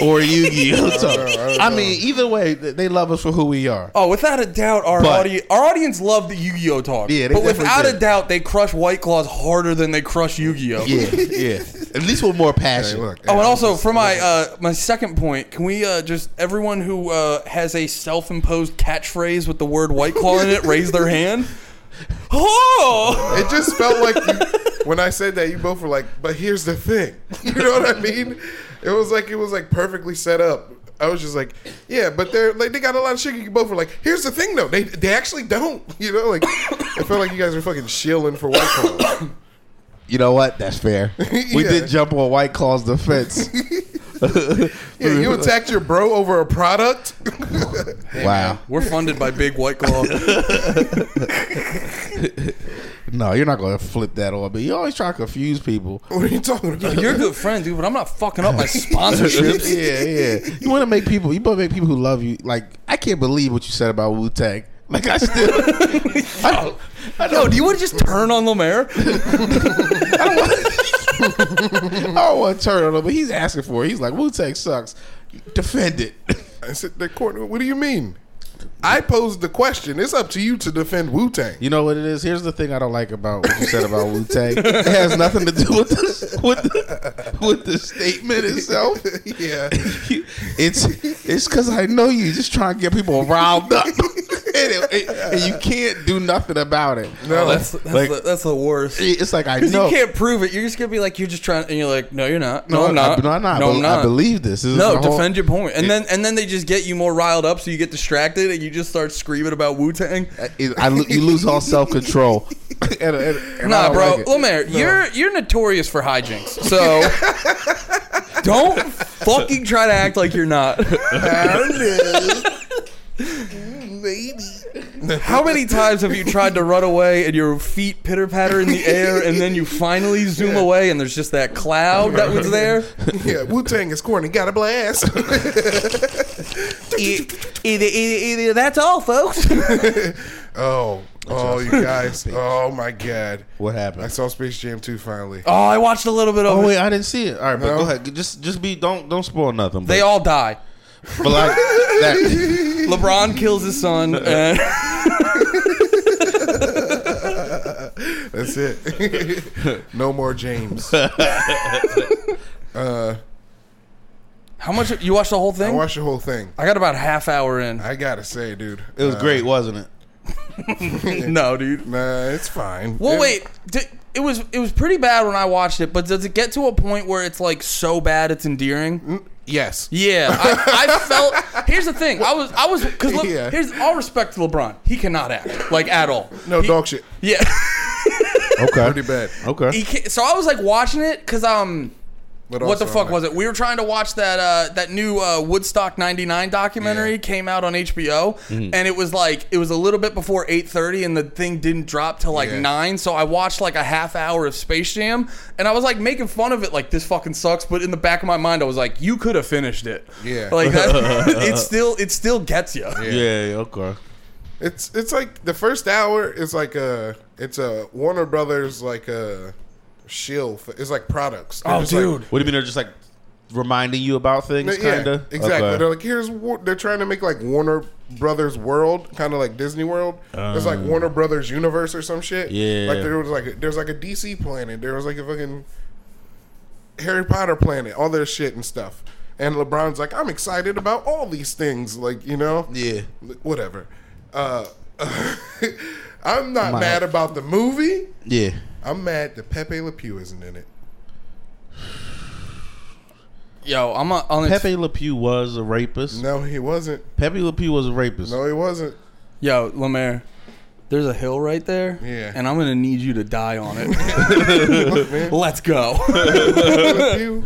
or Yu-Gi-Oh talk? know, I don't I, know. mean, either way, th- they love us for who we are. Oh, without a doubt, our But- audience our audience loved the Yu-Gi-Oh talk. Yeah, they but definitely without did. a doubt, they crush White Claws harder than they crush Yu-Gi-Oh. Yeah, yeah. At least with more Hey, passion. look. Oh, and ad. also for my uh, my second point, can we uh, just everyone who uh, has a self-imposed catchphrase with the word White Claw in it raise [laughs] their hand? Oh, It just felt like you, when I said that, you both were like, "But here's the thing," [laughs] you know what I mean? It was like it was like perfectly set up. I was just like, "Yeah," but they're like they got a lot of shit. You both were like, "Here's the thing, though. They they actually don't." [laughs] You know, like I felt like you guys were fucking shilling for white claw. You know what? That's fair. We Yeah. did jump on White Claw's defense. Yeah, you attacked your bro over a product. [laughs] wow. [laughs] we're funded by Big White [laughs] Claw. No, you're not going to flip that on. But you always try to confuse [laughs] people. what are you talking about? You're a good friend, dude, but I'm not fucking up my Trips. [laughs] sponsorships. yeah, yeah. You want to make people. You want to make people who love you. Like I can't believe what you said about Wu Tang. Like I still. [laughs] I, I Yo, don't. [laughs] do you want to just turn on Lemaire? I don't want to turn on him, but he's asking for it. He's like Wu Tang sucks. Defend it. [laughs] I said, "The court. What do you mean?" I posed the question. It's up to you to defend Wu Tang. You know what it is? Here's the thing I don't like about what you said about Wu Tang. It has nothing to do with the, with the, with the statement itself. yeah. it's it's because I know you just trying to get people riled up, and, it- and you can't do nothing about it. No. That's that's, Like- the, that's the worst. It's like I 'Cause know. you can't prove it. You're just gonna be like you're just trying, and you're like, no, you're not. No, I'm I, not. no, I'm not. No, I be- I'm not. I believe this. this is No, the whole- defend your point, and then and then they just get you more riled up, so you get distracted, and you just start screaming about Wu Tang. Uh, It- I, lo- you lose all self [laughs] control. Nah, bro, Lemaire, you're you're notorious for hijinks, so [laughs] don't [laughs] fucking try to act like you're not. How many times have you tried to run away and your feet pitter [laughs] patter in the air and then you finally zoom away and there's just that cloud that [laughs] was there? [laughs] yeah, Wu Tang is corny. Got a blast. [laughs] Either, either, either, that's all, folks. oh, oh, you guys. Oh my God. What happened? I saw Space Jam 2 finally. Oh, I watched a little bit of Oh it. wait, I didn't see it. All right, but No. go ahead. Just just be don't don't spoil nothing. They but, all die. but like [laughs] that. LeBron kills [laughs] his son. And That's it. [laughs] no more James. uh, how much? You watched the whole I thing? watched the whole thing. I got about half hour in. I gotta say, dude, It was uh, great, wasn't it? [laughs] no, dude. Nah, it's fine. Well, It- wait. Di- it was it was pretty bad when I watched it, but does it get to a point where it's like so bad it's endearing? Mm. Yes. Yeah, I, [laughs] I felt. Here's the thing. I was I was because look. Yeah. Here's all respect to LeBron. He cannot act like at all. No He- dog shit. Yeah. [laughs] Okay. Pretty bad. He Okay. can't, so I was like watching it because um. But What also, the fuck I'm was like, it? We were trying to watch that uh, that new uh, Woodstock '99 documentary Yeah. Mm-hmm. came out on HBO, and it was like it was a little bit before 8:30, and the thing didn't drop till like Yeah. nine. So I watched like a half hour of Space Jam, and I was like making fun of it, like this fucking sucks. But in the back of my mind, I was like, you could have finished it. Yeah. like that, [laughs] it still it still gets you. Yeah. yeah. Okay. It's it's like the first hour is like a it's a Warner Brothers like a shill. f- It's like products. Oh, They're just like- What do you mean? They're just like reminding you about things, Yeah, kind of. exactly. Okay. They're like, here's War- they're trying to make like Warner Brothers World, kind of like Disney World. It's like Warner Brothers Universe or some shit. Ah. Yeah. like there was like a, there's like a DC planet. There was like a fucking Harry Potter planet, all their shit and stuff. And LeBron's like, I'm excited about all these things, like you know, Yeah. whatever. Uh, [laughs] I'm not I'm mad out. about the movie. Yeah. I'm mad that Pepe Le Pew isn't in it. Yo, I'm a, on Pepe. Pepe Le Pew was a rapist. No, he wasn't. Pepe Le Pew was a rapist. No, he wasn't. Yo, Lemaire, there's a hill right there, Yeah. and I'm gonna need you to die on [laughs] it. Let's go. Pepe Le Pew,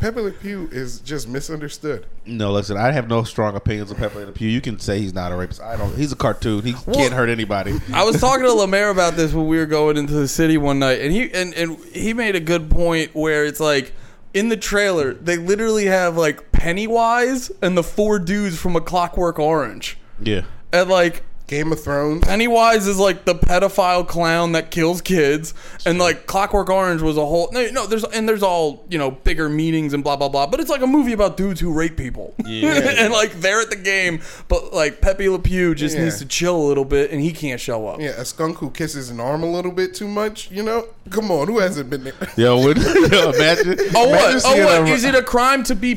Pepe Le Pew is just misunderstood. No, listen, I have no strong opinions of Pepe Le Pew. You can say he's not a rapist. I don't. He's a cartoon. He can't hurt anybody. I was talking to Lemaire about this when we were going into the city one night, and he and, and he made a good point where it's like in the trailer they literally have like Pennywise and the four dudes from A Clockwork Orange, yeah. and like Game of Thrones. Pennywise is like the pedophile clown that kills kids, and like Clockwork Orange was a whole no, no there's and there's all you know bigger meetings and blah blah blah, but it's like a movie about dudes who rape people, [laughs] and like they're at the game, but like Pepe Le Pew just Yeah. needs to chill a little bit, and he can't show up. Yeah, a skunk who kisses an arm a little bit too much, you know? Come on, who hasn't been there? [laughs] Yo, would, [laughs] yo imagine. Oh imagine what? seeing Oh what? a- Is it a crime to be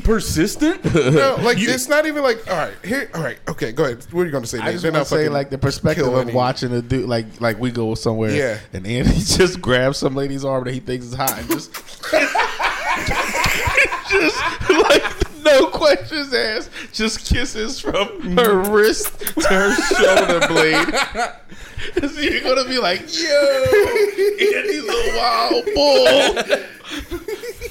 [laughs] persistent? No, like it's not even like all right, here all right, okay, go ahead. What are you gonna say? I Nate? just Then want I'll to say, fucking like the perspective kill of any- watching a dude, like like we go somewhere, Yeah. and Andy [laughs] just grabs some lady's arm that he thinks is hot, and just, [laughs] just like no questions asked, just kisses from her wrist to her shoulder blade. [laughs] so you're gonna be like, yo, Andy's a wild bull.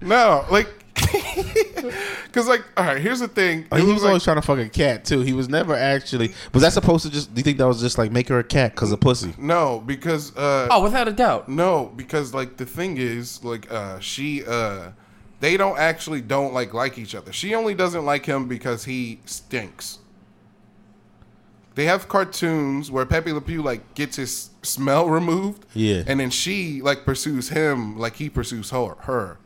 No, like [laughs] Cause like all right, here's the thing. He It was like- always trying to fuck a cat too. He was never actually. Was that supposed to just? Do you think that was just like make her a cat because of pussy? no, because uh oh, without a doubt. No, because like the thing is, like uh she uh they don't actually don't like like each other. She only doesn't like him because he stinks. They have cartoons where Pepe Le Pew like gets his smell removed. Yeah. And then she like pursues him like he pursues her her.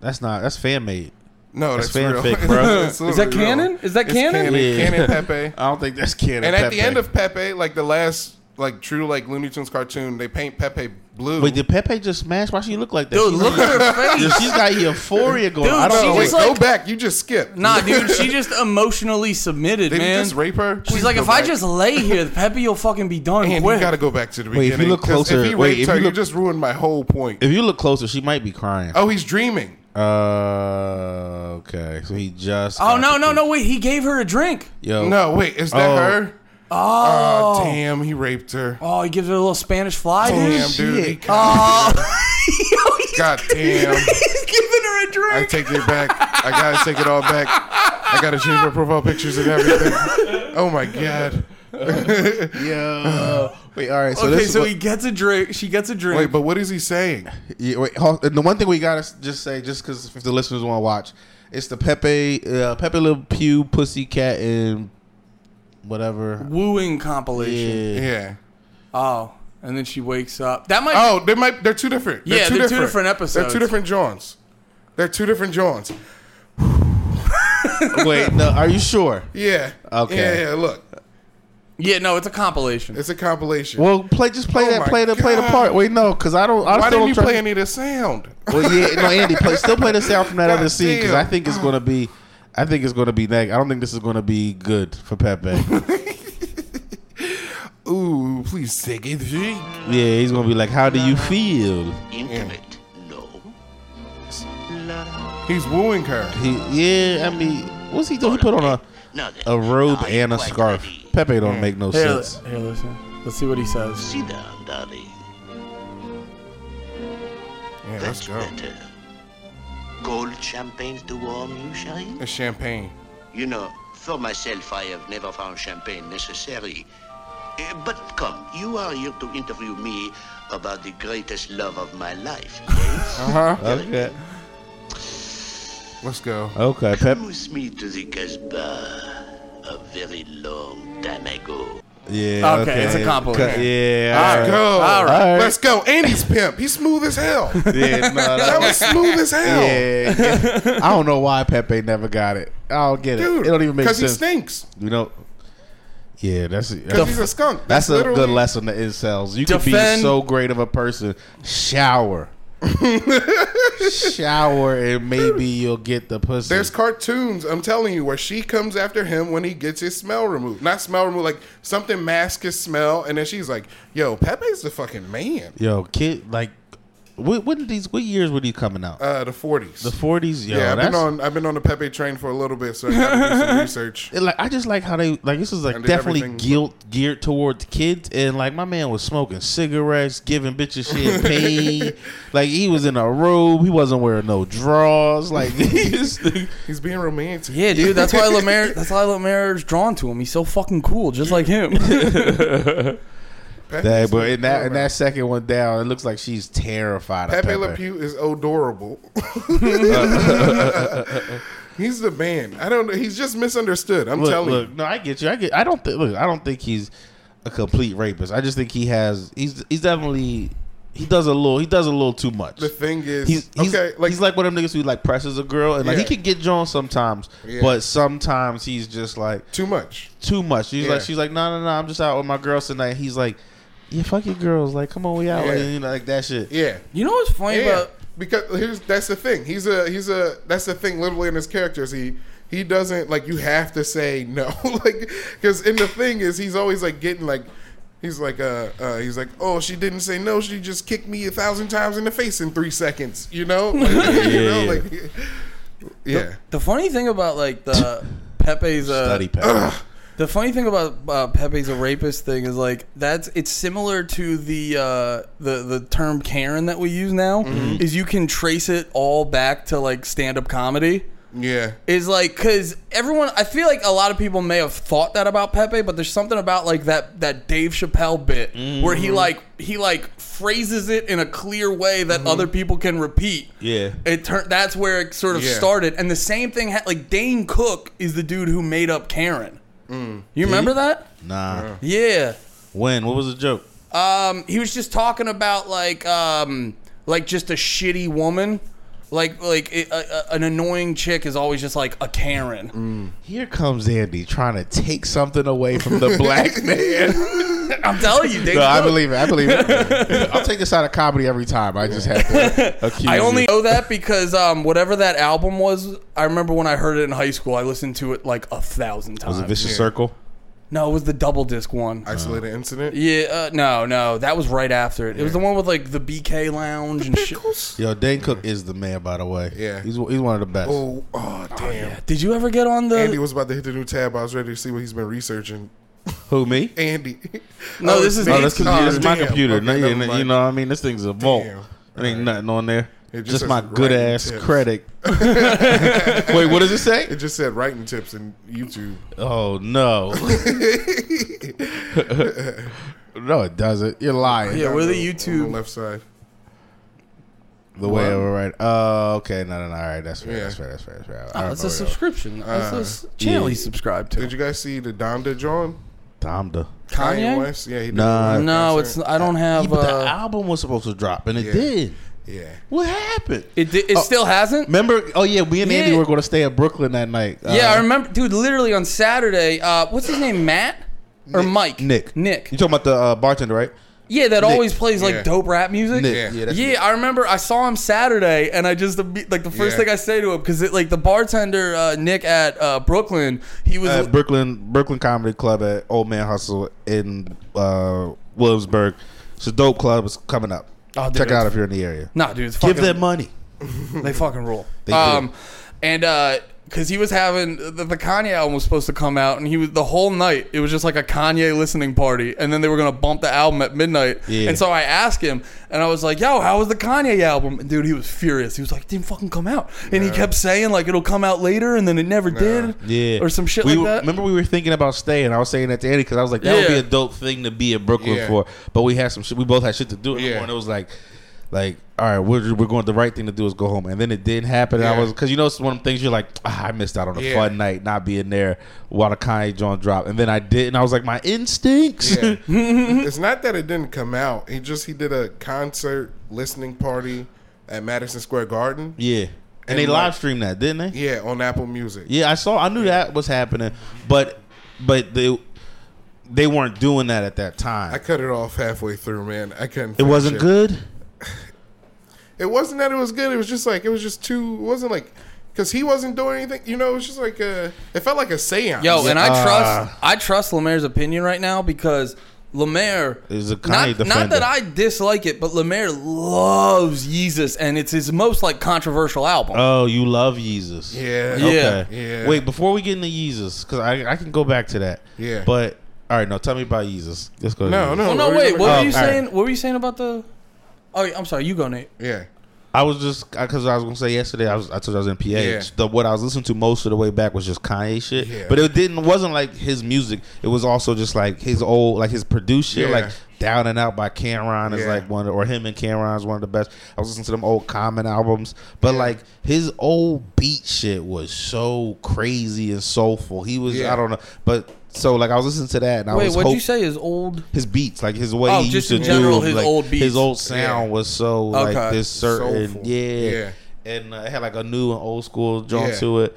That's not. That's fan made. No, That's that's, real. [laughs] fanfic, bro. It's Is that literally real. canon? Is that It's canon? canon? Yeah. Canon Pepe. [laughs] I don't think that's canon. And at the Pepe. end of Pepe, like the last like true like Looney Tunes cartoon, they paint Pepe blue. wait, did Pepe just smash? Why she look like that? Dude, She's look like- at her Yo, face. she's got euphoria going. Dude, I don't she know. no, wait, just Wait, go like- back. You just skipped. Nah, [laughs] dude, she just emotionally submitted, Did man. he just rape her? She's like, if I just lay here, Pepe will fucking be done Man, quick. you gotta go back to the Wait, beginning. if you look 'cause closer- if he wait, raped if her, you you, look- just ruined my whole point. if you look closer, she might be crying. Oh, he's dreaming. Uh, okay. So he just. oh, no, no, no, wait. He gave her a drink. Yo, No, wait, is that Oh. her? Oh. Oh, damn, he raped her. Oh, he gives her a little Spanish fly, dude. Oh. damn, dude. he shit. cocked her. [laughs] Yo, [laughs] he's, God damn. he's giving her I a drink. take it back. I gotta take it all back. I gotta change my profile pictures and everything. oh my god. Yeah. Wait. All right. So okay, this is so what- he gets a drink. She gets a drink. Wait, but what is he saying? Yeah, wait, hold- and the one thing we gotta s- just say, just because if the listeners want to watch, it's the Pepe, uh, Pepe Le Pew, Pussycat, and whatever. Wooing compilation. Yeah. Yeah. Oh, and then she wakes up. That might. Oh, they might. They're two different. Yeah, they're two different episodes. They're two different Johns. They're two different Johns. wait, no, are you sure? Yeah. Okay. Yeah, yeah. Look, yeah, no, it's a compilation. it's a compilation. Well, play just play Oh that, my play the play the God. part. Wait, no, because I don't. I Why still didn't you don't play trust- any of the sound? [laughs] Well, yeah, no, Andy, play, still play the sound from that other scene because I damn. think it's gonna be, I think it's gonna be neg. I don't think this is gonna be good for Pepe. [laughs] yeah, Ooh, please take it. he's gonna be like, "How do you feel?" Intimate? No. He's wooing her. He, yeah, I mean, what's he doing? He put on a a robe and a scarf. Pepe don't make no here, sense. li- here, listen. Let's see what he says. Sit down, darling. Yeah, let's That's go. better. Cold champagne to warm you, Shine? It's champagne. You know, for myself, I have never found champagne necessary. Eh, But come, you are here to interview me about the greatest love of [laughs] my life. yes? Uh-huh. Uh huh. Okay. Let's go. Okay, Pep. Come with me to the Casbah a very long time ago. Yeah. Okay, it's a compliment. Cut- Yeah. Let's go. All right. All right. Let's go. Andy's pimp. He's smooth as [laughs] hell. [laughs] Yeah, no, That that was smooth as hell. yeah, yeah. I don't know why Pepe never got it. I don't get it. Dude, it don't even make Because he sense. stinks. you know. Yeah, that's Because that's, he's a skunk. that's a literally- good lesson to incels. You can be Defend- so great of a person. [laughs] Shower. Shower and maybe you'll get the pussy. There's cartoons, I'm telling you, where she comes after him when he gets his smell removed. Not smell removed, like something masks his smell, and then she's like, yo, Pepe's the fucking man. Yo, kid, like, what, what did these? What years were these coming out? Uh, the 40s. the forties. Yo, yeah, I've been that's- on I've been on the Pepe train for a little bit, so I gotta do some [laughs] research. And, like I just like how they like this is like And did definitely everything- guilt geared towards kids and like my man was smoking cigarettes, giving bitches [laughs] champagne. like he was in a robe, he wasn't wearing no drawers. Like [laughs] this thing- He's being romantic. Yeah, dude, that's why [laughs] Lemaire. That's why Lemaire's drawn to him. He's so fucking cool, just like [laughs] him. Pepe's that, but in the that man. in that second one down, it looks like she's terrified of [laughs] Pepe Pepe. Le Pew is [laughs] adorable. [laughs] he's the man. I don't know. He's just misunderstood. I'm Look, telling look, no, I get you. I get. I don't think. Look, I don't think he's a complete rapist. I just think he has. He's he's definitely. He does a little. He does a little too much. you. The thing is, he's, he's okay, like like, he's like one of them niggas who like presses a girl and like Yeah. he can get John sometimes, Yeah. but sometimes he's just like too much. too much. She's Yeah. like she's like no no no, I'm just out with my girls tonight. He's like, yeah, fuck your girls, like come on, we out, Yeah. like, you know, like that shit. Yeah. you know what's funny Yeah, about? because here's that's the thing. He's a he's a that's the thing. Literally in his characters, he he doesn't like you have to say no, [laughs] like because in the thing is he's always like getting like he's like uh, uh he's like oh she didn't say no she just kicked me a thousand times in the face in three seconds you [laughs] know like, you know Yeah. like yeah The funny thing about like [laughs] the Pepe's uh, Study Pepe. The funny thing about uh, Pepe's a rapist thing is like that's it's similar to the uh, the the term Karen that we use now is you can trace it all back to like stand up comedy yeah is like because everyone I feel like a lot of people may have thought that about Pepe but there's something about like that that Dave Chappelle bit where he like he like phrases it in a clear way that other people can repeat Yeah. it turned. That's where it sort of Yeah. started, and the same thing. Ha- like Dane Cook is the dude who made up Karen. You remember that? Nah, Yeah. when what was the joke? Um, he was just talking about like um, like just a shitty woman. Like like it, a, a, an annoying chick is always just like a Karen. Here comes Andy trying to take something away from the [laughs] black man. I'm telling you, Dane no, I Cook. believe it. I believe [laughs] it. I'll take this out of comedy every time. I just have to accuse. I only you. know that because um, whatever that album was, I remember when I heard it in high school. I listened to it like a thousand times. was it vicious circle. no, it was the double disc one. Uh, isolated incident Yeah, uh, no, no, that was right after it. It was the one with like the BK Lounge and shit. Yo, Dane Cook is the man, by the way. Yeah. he's he's one of the best. oh oh damn Did you ever get on the? Andy was about to hit the new tab I was ready to see what he's been researching Who me? Andy [laughs] No, this is No, Big that's Big computer. Oh, This is my damn. computer. Okay, No, you, never you mind. know what I mean? This thing's a vault. Damn. There ain't nothing on there. It just says my good writing ass tips. [laughs] credit. Wait, what does it It say? just said writing tips in YouTube. Oh [laughs] no, no, it doesn't. You're lying. [laughs] Yeah, what are the on the YouTube? left side. The way over right. Oh, okay. No, no, no. All right, that's fair. Yeah. That's fair. That's fair. That's fair. I Oh, don't it's know a where subscription. That's Uh, a s- channel you subscribe to. Did you guys see the Donda drawing? that- Donda. Kanye? West? Yeah, he did. Nah. a live No, it's. concert. I don't Yeah, have. but the Uh, album was supposed to drop, and it Yeah. did. [laughs] Yeah. What happened? it di- it Oh, still hasn't. Remember? Oh yeah, we and Andy Yeah. were going to stay at Brooklyn that night. yeah, Uh, I remember, dude. Literally on Saturday. Uh, what's his name? Matt or Mike? Nick. Nick. You talking about the uh, bartender, right? Yeah, that Nick. always plays like Yeah. dope rap music. Nick. Yeah. that's yeah, Nick. I remember I saw him Saturday, and I just like the first Yeah. thing I say to him because like the bartender uh, Nick at uh, Brooklyn, he was at Brooklyn Brooklyn Comedy Club at Old Man Hustle in uh, Williamsburg. It's a dope club. It's coming up. Oh, dude, Check it out it's- if you're in the area. nah, dude. It's Give fucking- them money. [laughs] They fucking rule. They do. um, and uh, because he was having the, the Kanye album was supposed to come out, and he was the whole night it was just like a Kanye listening party, and then they were gonna bump the album at midnight. Yeah. And so I asked him, and I was like, "Yo, how was the Kanye album?" And dude, he was furious. He was like, it "Didn't fucking come out," and he kept saying like, "It'll come out later," and then it never did. Yeah, or some shit we like were- that. Remember, we were thinking about staying. I was saying that to Andy because I was like, that would be Yeah. a dope thing to be in Brooklyn Yeah. for. But we had some shit. We both had shit to do. Yeah. Yeah. And it was like, like, all right, we're we're going. The right thing to do is go home. And then it didn't happen. And Yeah. I was because you know it's one of the things you're like, ah, I missed out on a Yeah. fun night not being there while the Kanye joint dropped. And then I did, and I was like, my instincts. [laughs] Yeah. it's not that it didn't come out. He just he did a concert listening party at Madison Square Garden. Yeah. And, they And, like- live streamed that, didn't they? Yeah, on Apple Music. Yeah, I saw. I knew that was happening, but but they they weren't doing that at that time. I cut it off halfway through, man. I couldn't. it finish wasn't good. It wasn't that it was good. It was just like it was just too. It wasn't like because he wasn't doing anything. You know, it was just like a. It felt like a seance. Yo, and I Ah. trust I trust Lemaire's opinion right now because Lemaire Is a Kanye not, defender. not that I dislike it, but Lemaire loves Yeezus and it's his most like controversial album. Oh, you love Yeezus. Yeah. Okay. Yeah. Wait, before we get into Yeezus, because I I can go back to that. Yeah. But all right, no, tell me about Yeezus. Let's go. to No, Yeezus. no. oh no, what are wait, what gonna- were you Oh, all right. saying? What were you saying about the? Oh, I'm sorry, you go Nate. Yeah. I was just because I was gonna say yesterday. I was I told you I was in PA. Yeah. The what I was listening to most of the way back was just Kanye shit. Yeah. But it didn't wasn't like his music. It was also just like his old like his produced shit. Yeah. Like Down and Out by Cameron is Yeah. like one or him and Cameron is one of the best. I was listening to them old Common albums, but like his old beat shit was so crazy and soulful. He was Yeah. I don't know, but so like I was listening to that and I Wait, was what'd hope- you say? Is old? his beats, like his way Oh, he used just to in general, do, his like, old his beats. old sound Yeah. was so like Okay. this certain, Soulful. yeah. Yeah. and uh, it had like a new and old school joint Yeah. to it.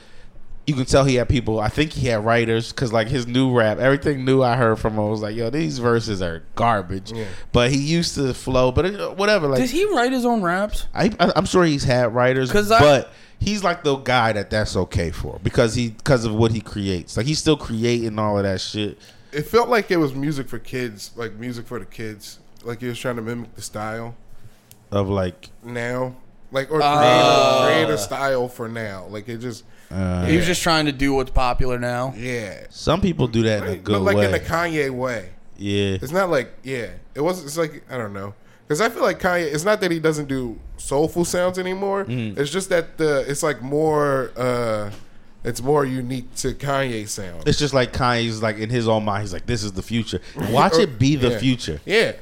You can tell he had people. I think he had writers because like his new rap, everything new I heard from him was like, yo, these verses are garbage. Yeah. But he used to flow, but it, whatever. Like Does he write his own raps? I, I- I'm sure he's had writers, 'Cause I- but he's like the guy that that's okay for because he because of what he creates. Like he's still creating all of that shit. It felt like it was music for kids, like music for the kids. Like he was trying to mimic the style Of like, now, like or create, Ah. a, create a style for now. Like it just, Uh, He was just trying to do what's popular now. yeah. some people do that in a good but like way. in a Kanye way. Yeah. It's not like yeah. It was. It's like I don't know. Because I feel like Kanye. It's not that he doesn't do soulful sounds anymore. Mm. It's just that the. It's like more. uh It's more unique to Kanye sound. It's just like Kanye's like in his own mind, he's like, This is the future. Watch it be the Yeah. future. Yeah.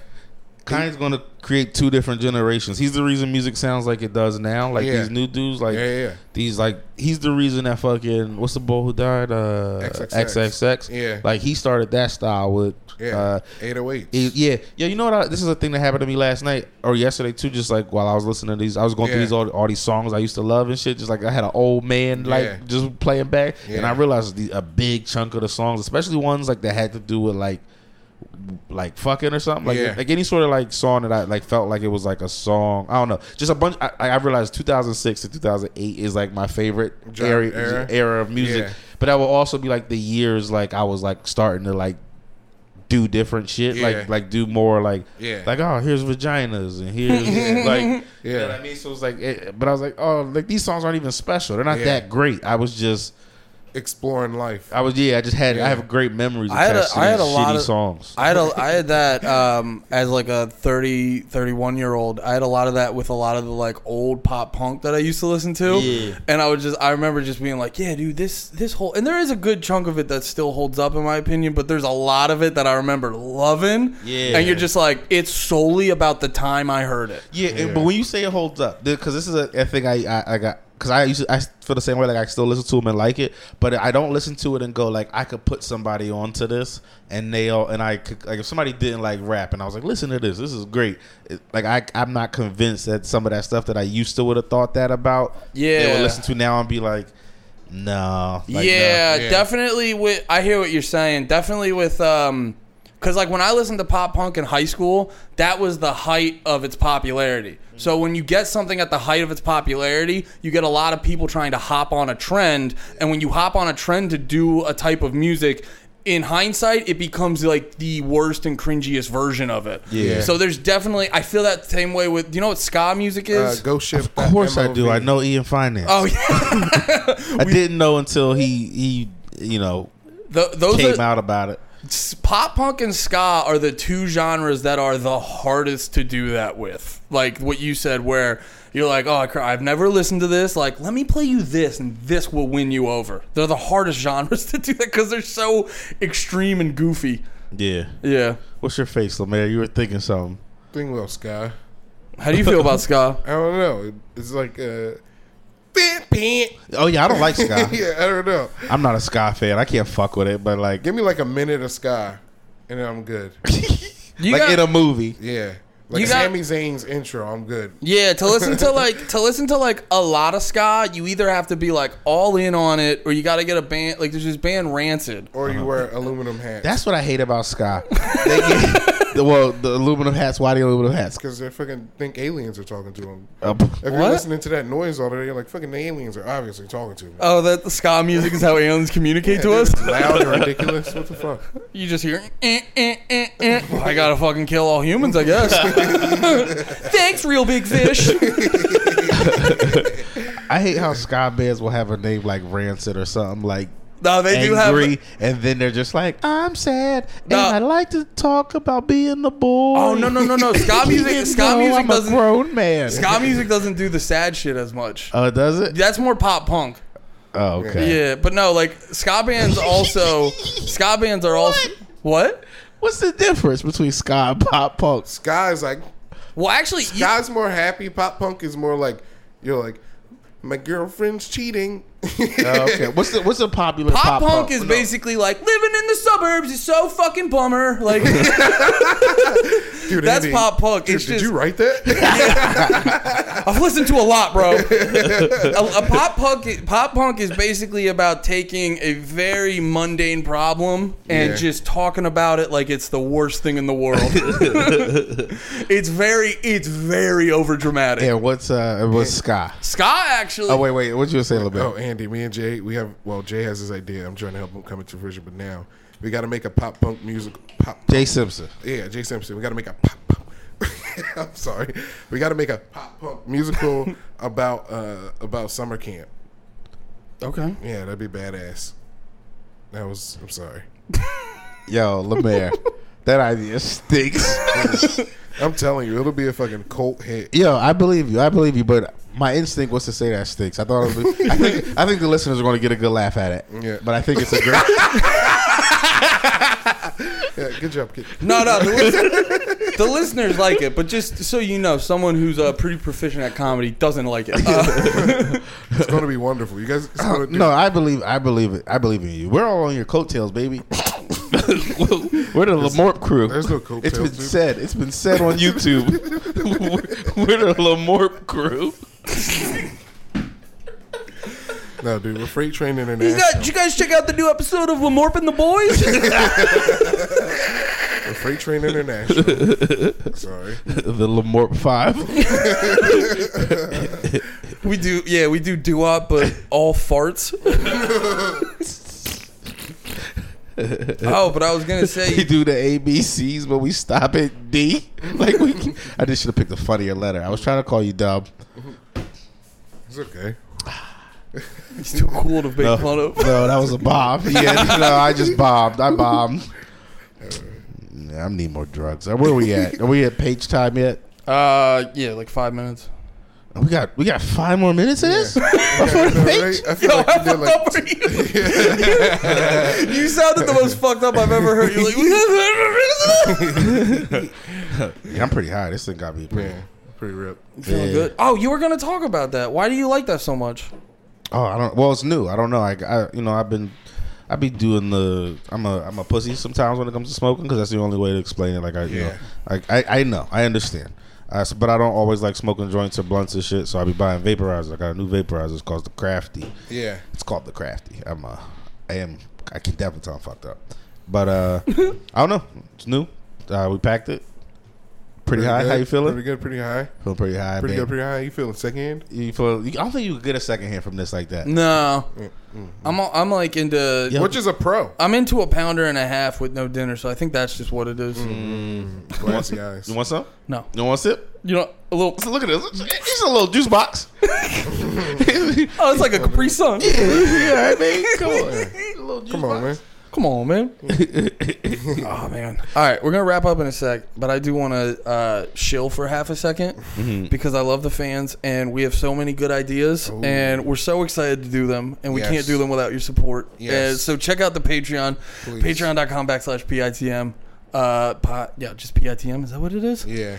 Kanye's gonna create two different generations. He's the reason music sounds like it does now. Like Yeah. these new dudes, like Yeah, yeah, yeah. these like he's the reason that fucking what's the boy who died? Uh XXX. XXX. Yeah. Like he started that style with Yeah. uh Eight oh eight. It- yeah, yeah. You know what? I, this is a thing that happened to me last night or yesterday too. Just like while I was listening to these, I was going Yeah. through these all, all these songs I used to love and shit. Just like I had an old man like Yeah. just playing back, and Yeah. I realized the, a big chunk of the songs, especially ones like that had to do with like like fucking or something like Yeah. like any sort of like song that I like felt like it was like a song I don't know just a bunch I, I realized 2006 to 2008 is like my favorite Genre, area, era? era of music Yeah. but that will also be like the years like I was like starting to like do different shit, Yeah. like like do more like Yeah. like oh here's vaginas and [laughs] here's like you Yeah. know what I mean. So it's like, it, but I was like, oh, like these songs aren't even special. They're not Yeah. that great. I was just exploring life. I was yeah. I just had I have great memories. I had a, attached I had to a these lot shitty of songs. I had a, I had that um, as like a 30, 31 year old. I had a lot of that with a lot of the like old pop punk that I used to listen to. Yeah. And I would just I remember just being like, yeah, dude, this this whole and there is a good chunk of it that still holds up in my opinion, but there's a lot of it that I remember loving. Yeah. And you're just like, it's solely about the time I heard it. Yeah, and- but when you say it holds up, because this is a, a thing I I, I got because I used to, I feel the same way. Like I still listen to them and like it, but I don't listen to it and go like I could put somebody onto this and they all and I could like if somebody didn't like rap and I was like listen to this, this is great. It- like I I'm not convinced that some of that stuff that I used to would have thought that about. they Yeah. would listen to now and be like, no, like, yeah, Yeah. definitely with I hear what you're saying. Definitely with um cuz like when I listened to pop punk in high school, that was the height of its popularity. So when you get something at the height of its popularity, you get a lot of people trying to hop on a trend, and when you hop on a trend to do a type of music, in hindsight, it becomes like the worst and cringiest version of it. Yeah. So there's definitely I feel that same way with do you know what ska music Uh, is? go ship. Of course I do. I know Ian Finance. oh yeah. [laughs] I didn't know until he he you know Th those came are, out about it. S- pop punk and ska are the two genres that are the hardest to do that with. Like what you said, where you're like, oh, I cry. I've never listened to this. Like, let me play you this, and this will win you over. They're the hardest [laughs] genres to do that because they're so extreme and goofy. Yeah. Yeah. What's your face, Lemaire? You were thinking something. Thing well, Sky. How do you feel about [laughs] ska? I don't know. It's like uh, beep, beep. Oh yeah, I don't like Sky. [laughs] [laughs] yeah, I don't know. I'm not a Sky fan. I can't fuck with it. But like, Give me like a minute of Sky, and then I'm good. [laughs] You like got- in a movie. Yeah, like You got- Sami Zayn's intro. I'm good. Yeah, to listen to like to listen to like a lot of ska, you either have to be like all in on it, or you got to get a band. Like there's this band Rancid. Or Uh-huh. you wear aluminum hats. That's what I hate about [laughs] Sky. They get- the- well, the aluminum hats. Why the aluminum hats? because they fucking think aliens are talking to them. Uh, If What? you're listening to that noise all day, you're like, fucking the aliens are obviously talking to me. Oh, that ska music is how aliens communicate to us. It's [laughs] loud and ridiculous. What the fuck? You just hear, eh, eh, eh, eh. I gotta fucking kill all humans, I [laughs] guess. Thanks, real big fish. I hate how Sky bands will have a name like Rancid or something like No, they do have. angry, and then they're just like, I'm sad, and No. I like to talk about being a boy. Oh no no no [laughs] no! Ska music, Even ska though music I'm a doesn't. grown man. Ska music doesn't do the sad shit as much. Oh, does it? That's more pop punk. Oh, okay. Yeah, but no, like ska bands [laughs] also. ska bands are also. What? What's the difference between Sky and pop punk? Sky's like, Well, actually, you- Sky's more happy. Pop punk is more like, you're like, my girlfriend's cheating. Oh, okay. [laughs] What's the what's the popular pop, pop, punk, is No. basically like living in the suburbs is so fucking bummer. [laughs] Like Dude, That's Andy, pop punk. dude, It's did just- you write [laughs] that? I've listened to a [laughs] lot, bro. a, a pop punk, pop punk is basically about taking a very mundane problem and Yeah. just talking about it like it's the worst thing in [laughs] the world. it's very, it's very overdramatic. Yeah, what's uh what's Sky? Scott actually. Oh wait, wait, what you gonna say a little bit? oh, Andy, me and Jay, we have, well, Jay has this idea. I'm trying to help him come into fruition, but now we got to make a pop punk music. Pop Jay Simpson. Yeah, Jay Simpson. We got to make a pop. pop. [laughs] I'm sorry. We got to make a pop punk [laughs] musical about uh about summer camp. okay. Yeah, that'd be badass. That was. I'm sorry. Yo, [laughs] Lemaire. that idea stinks. I'm telling you, it'll be a fucking cult hit. Yo, I believe you. I believe you, but my instinct was to say that stinks. I thought it was, I think I think the listeners are gonna get a good laugh at it. Yeah. But I think it's a [laughs] great Yeah, good job, kid. No, no. The, lis- the listeners like it, but just so you know, someone who's uh, pretty proficient at comedy doesn't like it. [laughs] Uh, It's gonna be wonderful. You guys. It's gonna do, Oh, No, I believe I believe it. I believe in you. We're all on your coattails, [laughs] baby. We're the Lamorp crew. there's no coattails, It's been dude. said. It's been said [laughs] on YouTube. We're the Lamorp crew. no, dude. We're freight train you international. got, did you guys check out the new episode of Lamorp and the Boys? We're freight train international. [laughs] sorry. The Lamorp Five. We do, yeah, we do do up, [laughs] but all farts. oh, but I was gonna we say, do the ABCs, but we stop at D. Like we, I just should have picked a funnier letter. I was trying to call you Dub. It's okay. He's too cool to make fun of. No, that was a bob. [laughs] Yeah, no, I just bobbed. I bombed. Yeah, I need more drugs. Uh, Where are we at? Are we at page time yet? Uh, yeah, like five minutes. We got we got five more minutes of this. I know, right? I feel Yo, like how you did fucked like up are [laughs] you? you sounded the most fucked up I've ever heard. You're like, [laughs] [laughs] Yeah, I'm pretty high. This thing got me pretty. yeah, pretty ripped. feeling Yeah. good. Oh, you were gonna talk about that. Why do you like that so much? Oh, I don't. Well, it's new. I don't know. I, I you know I've been I be doing the I'm a I'm a pussy sometimes when it comes to smoking because that's the only way to explain it. Like I you know Yeah. I, I I know I understand. Uh, so- but I don't always like smoking joints or blunts and shit, so I be buying vaporizers. I got a new vaporizer. It's called the Crafty. Yeah. It's called the Crafty. I'm uh, I am I can definitely tell I'm fucked up, but [laughs] uh, I don't know. It's new. Uh, we packed it. Pretty, high. Good. How you feeling? Pretty Feeling good. Pretty high. pretty high. Pretty babe. good. Pretty high. You feeling second? You feel? I don't think you could get a second hand from this like that. No, I'm a- I'm like into. Mm-hmm. Yeah. Which is a pro. I'm into a pounder and a half with no dinner, so I think that's just what it is. Mm-hmm. Glassy eyes. You want some? No, You want a sip? you know, a little. So look at this. It's a little juice box. [laughs] Oh, it's like a Capri Sun. yeah, I mean, come on, Come on, man. Come on, man. oh man. All right, we're gonna wrap up in a sec, but I do want to uh, shill for half a 2nd Mm-hmm. because I love the fans and we have so many good ideas and we're so excited to do them and we Yes. can't do them without your support. Yes. Uh, so check out the Patreon, patreon.com backslash pitm. Uh, pot, yeah, just pitm. Is that what it is? Yeah.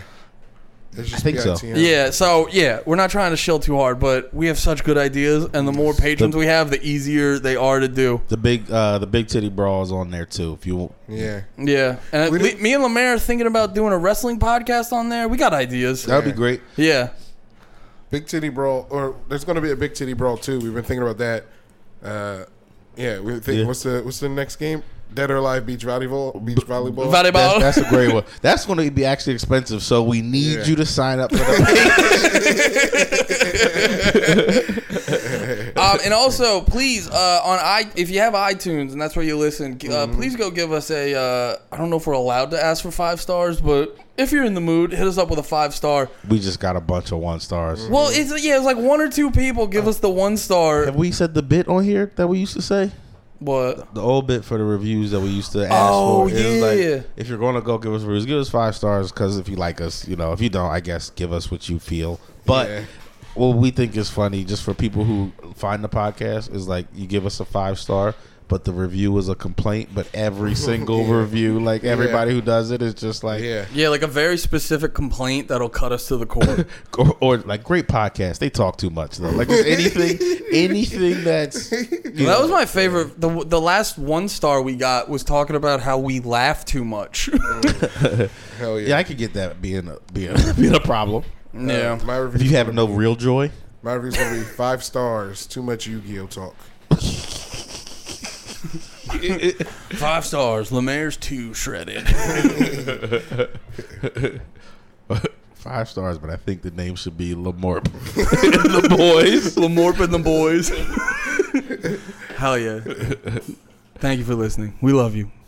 It's just think so. PITM. Yeah, so yeah, we're not trying to shill too hard, but we have such good ideas, and the more patrons we have, the easier they are to do. The big, uh, the big titty bra is on there too. If you, Yeah. Yeah, and We le- did- me and Lemaire are thinking about doing a wrestling podcast on there. We got ideas. that'd be great. [laughs] Yeah, Big titty brawl, or there's going to be a big titty brawl too. We've been thinking about that. Uh, yeah, we think, Yeah. What's the What's the next game? Dead or alive beach volleyball. Beach volleyball. That's, volleyball. that's a great one. That's going to be actually expensive, so we need Yeah. you to sign up for the. [laughs] um, and also, please uh, on i if you have iTunes and that's where you listen, g- Mm-hmm. uh, please go give us a. Uh, I don't know if we're allowed to ask for five stars, but if you're in the mood, hit us up with a five star. we just got a bunch of one stars. Well, it's yeah, it's like one or two people give us the one star. Have we said the bit on here that we used to say? What? The old bit for the reviews that we used to ask Oh, for. It was yeah. Like, if you're going to go give us reviews, give us five stars because if you like us, you know. If you don't, I guess give us what you feel. But Yeah. what we think is funny, just for people who find the podcast, is like you give us a five star, but the review is a complaint. But every single review, like everybody who does it, is just like, Yeah. Yeah, like a very specific complaint that'll cut us to [laughs] the core. or, or like great podcast. They talk too much though. Like just anything, anything that's you That know, was my favorite. The, the last one star we got was talking about how we laugh too much. [laughs] Hell yeah. yeah. I could get that being a, being a, [laughs] being a problem. yeah. My If review. you have no real joy, My review's gonna be five stars. Too much Yu-Gi-Oh talk. Five stars. Lemaire's too shredded. five stars. But I think the name should be Lamorp. the boys. [laughs] Lamorp and the boys. Hell yeah. Thank you for listening. We love you.